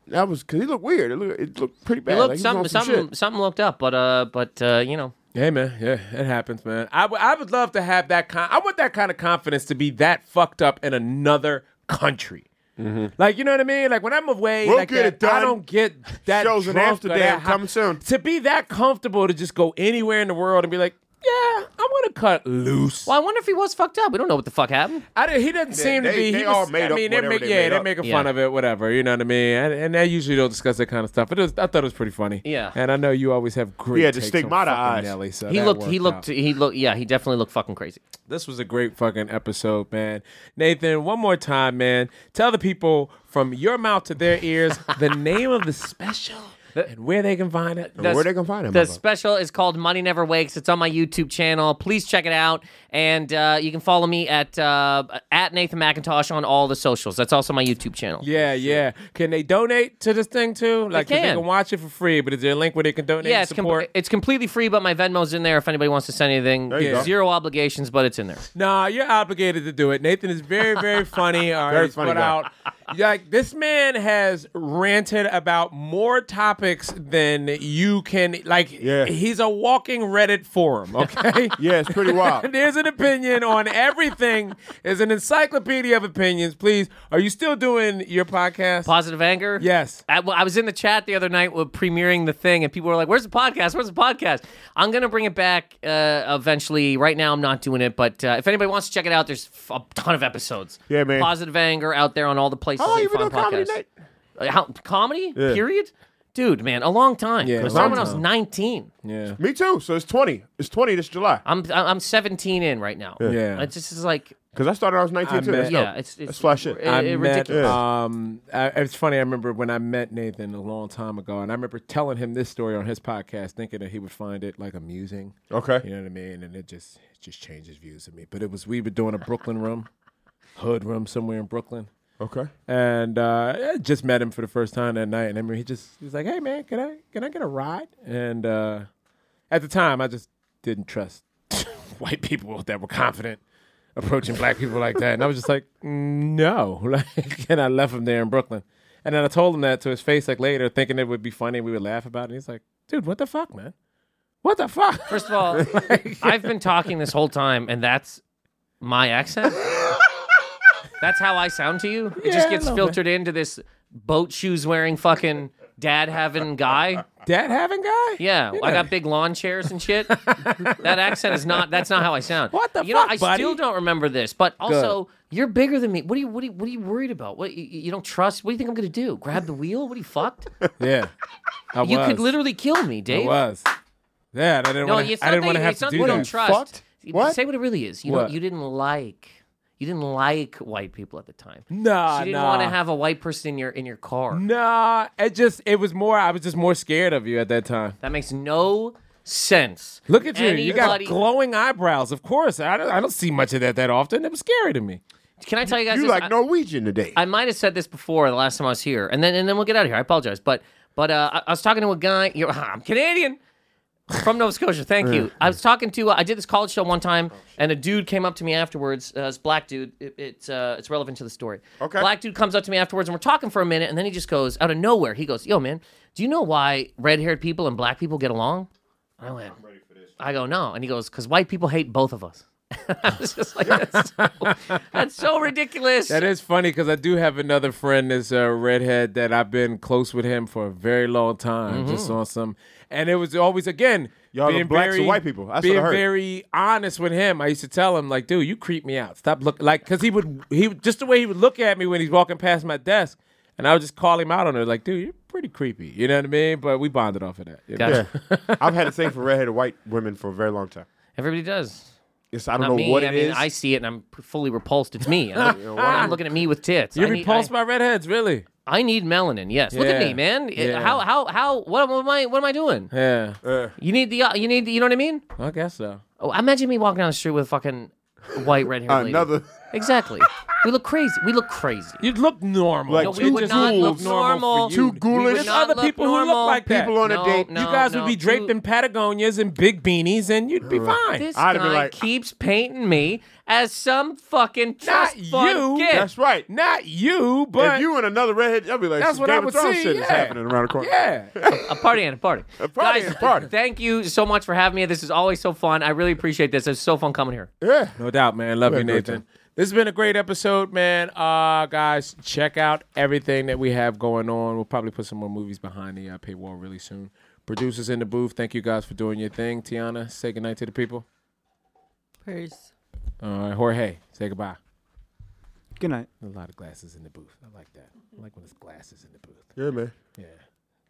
S6: That was because he looked weird. It looked, it looked pretty bad.
S5: He looked
S6: like, he was
S5: something,
S6: on some
S5: something,
S6: shit.
S5: something looked up, but uh, but uh, you know,
S4: Hey man, yeah, it happens, man. I would- I would love to have that kind. I want that kind of confidence to be that fucked up in another country. Like you know what I mean? Like when I'm away,
S6: Mm-hmm. We'll
S4: like
S6: get
S4: that,
S6: it done.
S4: I don't get that
S6: Shows in
S4: drunk or
S6: Amsterdam
S4: that high-
S6: coming soon.
S4: To be that comfortable to just go anywhere in the world and be like, yeah, I want to cut loose.
S5: well, I wonder if he was fucked up. We don't know what the fuck happened.
S4: I didn't, he doesn't seem to
S6: they-
S4: be.
S6: they
S4: he
S6: all
S4: was,
S6: made
S4: I
S6: up
S4: mean, they
S6: whatever
S4: make,
S6: they
S4: yeah,
S6: made
S4: they're
S6: up.
S4: making
S5: Yeah.
S4: fun of it, whatever. You know what I mean? And, and they usually don't discuss that kind of stuff. But it was, I thought it was pretty funny.
S5: Yeah.
S4: And I know you always have great.
S6: had the
S4: takes on
S6: stigmata
S4: fucking
S6: eyes.
S4: Nelly, so
S5: He
S4: that
S5: looked, he
S4: worked
S5: looked,
S4: out.
S5: he looked. Yeah, he definitely looked fucking crazy.
S4: This was a great fucking episode, man. Nathan, one more time, man. Tell the people from your mouth to their ears the name of the special and where they can find it.
S5: The-
S6: Where they gonna find him?
S5: The special is called Money Never Wakes. It's on my YouTube channel. Please check it out, and uh, you can follow me at uh, at Nathan McIntosh on all the socials. That's also my YouTube channel.
S4: yeah, yeah. Can they donate to this thing too? Like 'cause they
S5: can.
S4: can watch it for free, but is there a link where they can donate
S5: Yeah,
S4: and
S5: it's, com-
S4: support?
S5: it's completely free, but my Venmo's in there if anybody wants to send anything.
S6: you go.
S5: Zero obligations, but it's in there.
S4: Nah, you're obligated to do it. Nathan is very, very funny. All right,
S6: Very
S4: he's
S6: funny
S4: put
S6: guy.
S4: out. Like this man has ranted about more topics than you can. Like,
S6: Yeah.
S4: he's a walking Reddit forum. Okay.
S6: Yeah, it's pretty wild.
S4: There's an opinion on everything. There's an encyclopedia of opinions. Please, are you still doing your podcast?
S5: Positive anger.
S4: Yes.
S5: I, well, I was in the chat the other night with premiering the thing, and people were like, "Where's the podcast? Where's the podcast?" I'm gonna bring it back uh, eventually. Right now, I'm not doing it, but uh, if anybody wants to check it out, there's f- a ton of episodes.
S6: Yeah, man.
S5: Positive anger out there on all the places.
S6: How long
S5: that
S6: you been
S5: find
S6: doing comedy,
S5: podcasts.
S6: Nate?
S5: Uh, how- comedy?
S6: Yeah.
S5: Period. Dude, man, a long time.
S4: Yeah,
S5: I
S4: a
S5: started
S4: long
S5: when I was
S4: time.
S5: 19.
S4: yeah.
S6: Me too. So it's twenty. It's twenty this July.
S5: I'm I'm 17 in right now.
S4: Yeah.
S5: It's just it's like
S6: Because I started when I was nineteen
S4: I
S6: too.
S4: met-
S6: That's dope.
S5: yeah, it's it's
S6: That's fly shit.
S5: it-
S4: I
S5: it-
S4: met,
S5: ridiculous.
S4: um, I, it's funny. I remember when I met Nathan a long time ago, and I remember telling him this story on his podcast, thinking that he would find it like amusing.
S6: Okay.
S4: you know what I mean. And it just it just changed his views of me. But it was we were doing a Brooklyn room, hood room somewhere in Brooklyn,
S6: Okay.
S4: and uh, I just met him for the first time that night. And I mean, he just he was like, "Hey man, can I can I get a ride?" And uh, at the time, I just didn't trust white people that were confident approaching black people like that. And I was just like, no. Like, and I left him there in Brooklyn. And then I told him that to his face like later, thinking it would be funny. We would laugh about it. And he's like, dude, what the fuck, man? What the fuck?
S5: First of all, I've been talking this whole time, and that's my accent. that's how I sound to you. It
S4: Yeah,
S5: just
S4: a
S5: gets
S4: little
S5: filtered into this boat shoes wearing fucking dad having guy.
S4: Dad having guy?
S5: Yeah, I got big lawn chairs and shit. that accent is not. That's not how I sound. What the you know,
S4: fuck,
S5: I
S4: buddy?
S5: still don't remember this. But also, you're bigger than me. What are you? What are you? What are you worried about? What you, you don't trust? What do you think I'm gonna do? Grab the wheel? What are you fucked?
S4: Yeah. I
S5: you
S4: was.
S5: could literally kill me, Dave.
S4: I was. Yeah, and I didn't
S5: No,
S4: want to.
S5: it's
S4: I
S5: not
S4: didn't
S5: that
S4: want to
S5: you-
S4: have
S5: it's
S4: to
S5: not
S4: do
S5: that you
S4: that.
S5: don't trust.
S4: What?
S5: Say what it really is. You don't-
S4: What?
S5: you didn't like you didn't like white people at the time.
S4: Nah,
S5: she didn't
S4: nah.
S5: want to have a white person in your in your car.
S4: Nah, it just it was more. I was just more scared of you at that time.
S5: That makes no sense.
S4: Look at you. You got
S5: Anybody-
S4: glowing eyebrows. Of course, I don't, I don't see much of that that often. It was scary to me.
S5: Can I tell you guys?
S4: You
S5: this?
S4: like
S5: I-
S6: Norwegian today?
S5: I might have said this before the last time I was here, and then and then we'll get out of here. I apologize, but but uh, I, I was talking to a guy. You're, I'm Canadian from Nova Scotia. Thank you. I was talking to. Uh, I did this college show one time, and a dude came up to me afterwards. Uh, this black dude. It, it's uh, it's relevant to the story. Okay. Black dude comes up to me afterwards, and we're talking for a minute, and then he just goes out of nowhere. He goes, "Yo, man, do you know why red-haired people and black people get along?" I went. I go no, and he goes because white people hate both of us. I was just like, that's so, that's so ridiculous.
S4: That is funny because I do have another friend that's a redhead that I've been close with him for a very long time, just
S6: Mhm.
S4: on some. And it was always again
S6: Y'all are
S4: being
S6: blacks and
S4: very-
S6: white people. That's what I
S4: being
S6: heard.
S4: very honest with him. I used to tell him like, dude, you creep me out. Stop looking like because he would he would- just the way he would look at me when he's walking past my desk, and I would just call him out on it like, dude, you're pretty creepy. You know what I mean? But we bonded off of that. you know?
S6: Yeah. I've had a thing for redheaded white women for a very long time.
S5: Everybody does.
S6: It's, I don't
S5: Not
S6: know
S5: me.
S6: what
S5: I
S6: it
S5: mean,
S6: is.
S5: I see it and I'm p- fully repulsed. It's me. I'm,
S6: Yeah, why?
S5: I'm looking at me with tits.
S4: You're
S5: I need-
S4: repulsed
S5: I-
S4: by redheads, really?
S5: I need melanin. Yes. Look at
S4: Yeah.
S5: me, man. It-
S4: Yeah.
S5: How how how what, am I what am I doing?
S4: Yeah.
S5: You need the uh, you need the, you know what I mean?
S4: I guess so.
S5: Oh, imagine me walking down the street with a fucking white red hair.
S4: Another-
S5: Exactly. We look crazy. We look crazy.
S4: You look normal.
S5: Like No, we two would not look ghouls. normal. Two ghoulish-
S4: There's other
S5: look
S4: people who
S5: normal.
S4: look like that.
S5: People on a No, date. no,
S4: you guys
S5: no.
S4: would be draped in Patagonias and big beanies, and you'd be fine.
S5: This guy keeps painting me as some fucking trust fund
S4: you.
S5: kid.
S4: That's
S6: right.
S4: Not you, but
S6: if you and another redhead, I'll be like,
S5: That's
S6: some
S5: what
S6: Game
S5: I
S6: of
S5: would
S6: Thrones
S5: see,
S6: shit is
S5: yeah.
S6: happening around the corner.
S4: Yeah.
S5: a party and a party. A
S6: party
S5: Guys,
S6: and a party.
S5: Thank you so much for having me. This is always so fun. I really appreciate this. It's so fun coming here.
S6: Yeah.
S4: No doubt, man. Love you,
S6: We had a good
S4: Nathan. This has been a great episode, man. Uh, guys, check out everything that we have going on. We'll probably put some more movies behind the uh, paywall really soon. Producers in the booth, thank you guys for doing your thing. Tiana, say goodnight to the people.
S11: Peace.
S4: All right, Jorge, say goodbye.
S11: Good night.
S4: A lot of glasses in the booth. I like that. I like when there's glasses in the booth.
S6: Yeah, man.
S4: Yeah.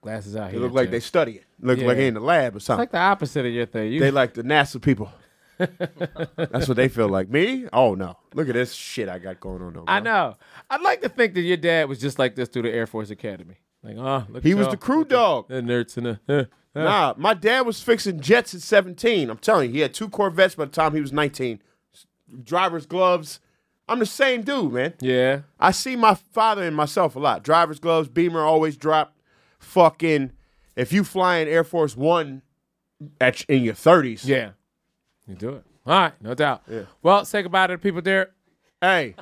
S4: Glasses out
S6: They
S4: here.
S6: look like
S4: too.
S6: they study it. Look like they in the lab or
S4: It's
S6: something.
S4: like the opposite of your thing. You-
S6: They like the NASA people. That's what they feel like. Me? Oh no! Look at this shit I got going on. Over.
S4: I know. I'd like to think that your dad was just like this through the Air Force Academy. Like, oh, look
S6: he
S4: at
S6: was
S4: y'all.
S6: the crew dog.
S4: The nerds and the
S6: nah. My dad was fixing jets at seventeen. I'm telling you, he had two Corvettes by the time he was nineteen. S- Driver's gloves. I'm the same dude, man.
S4: Yeah.
S6: I see my father and myself a lot. Driver's gloves, Beamer always dropped. Fucking, if you fly in Air Force One at in your thirties,
S4: yeah, you do it. All right, no doubt. Well, say goodbye to the people there.
S6: Hey,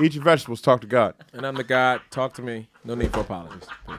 S6: eat your vegetables. Talk to God.
S4: And I'm the God. Talk to me. No need for apologies. Peace.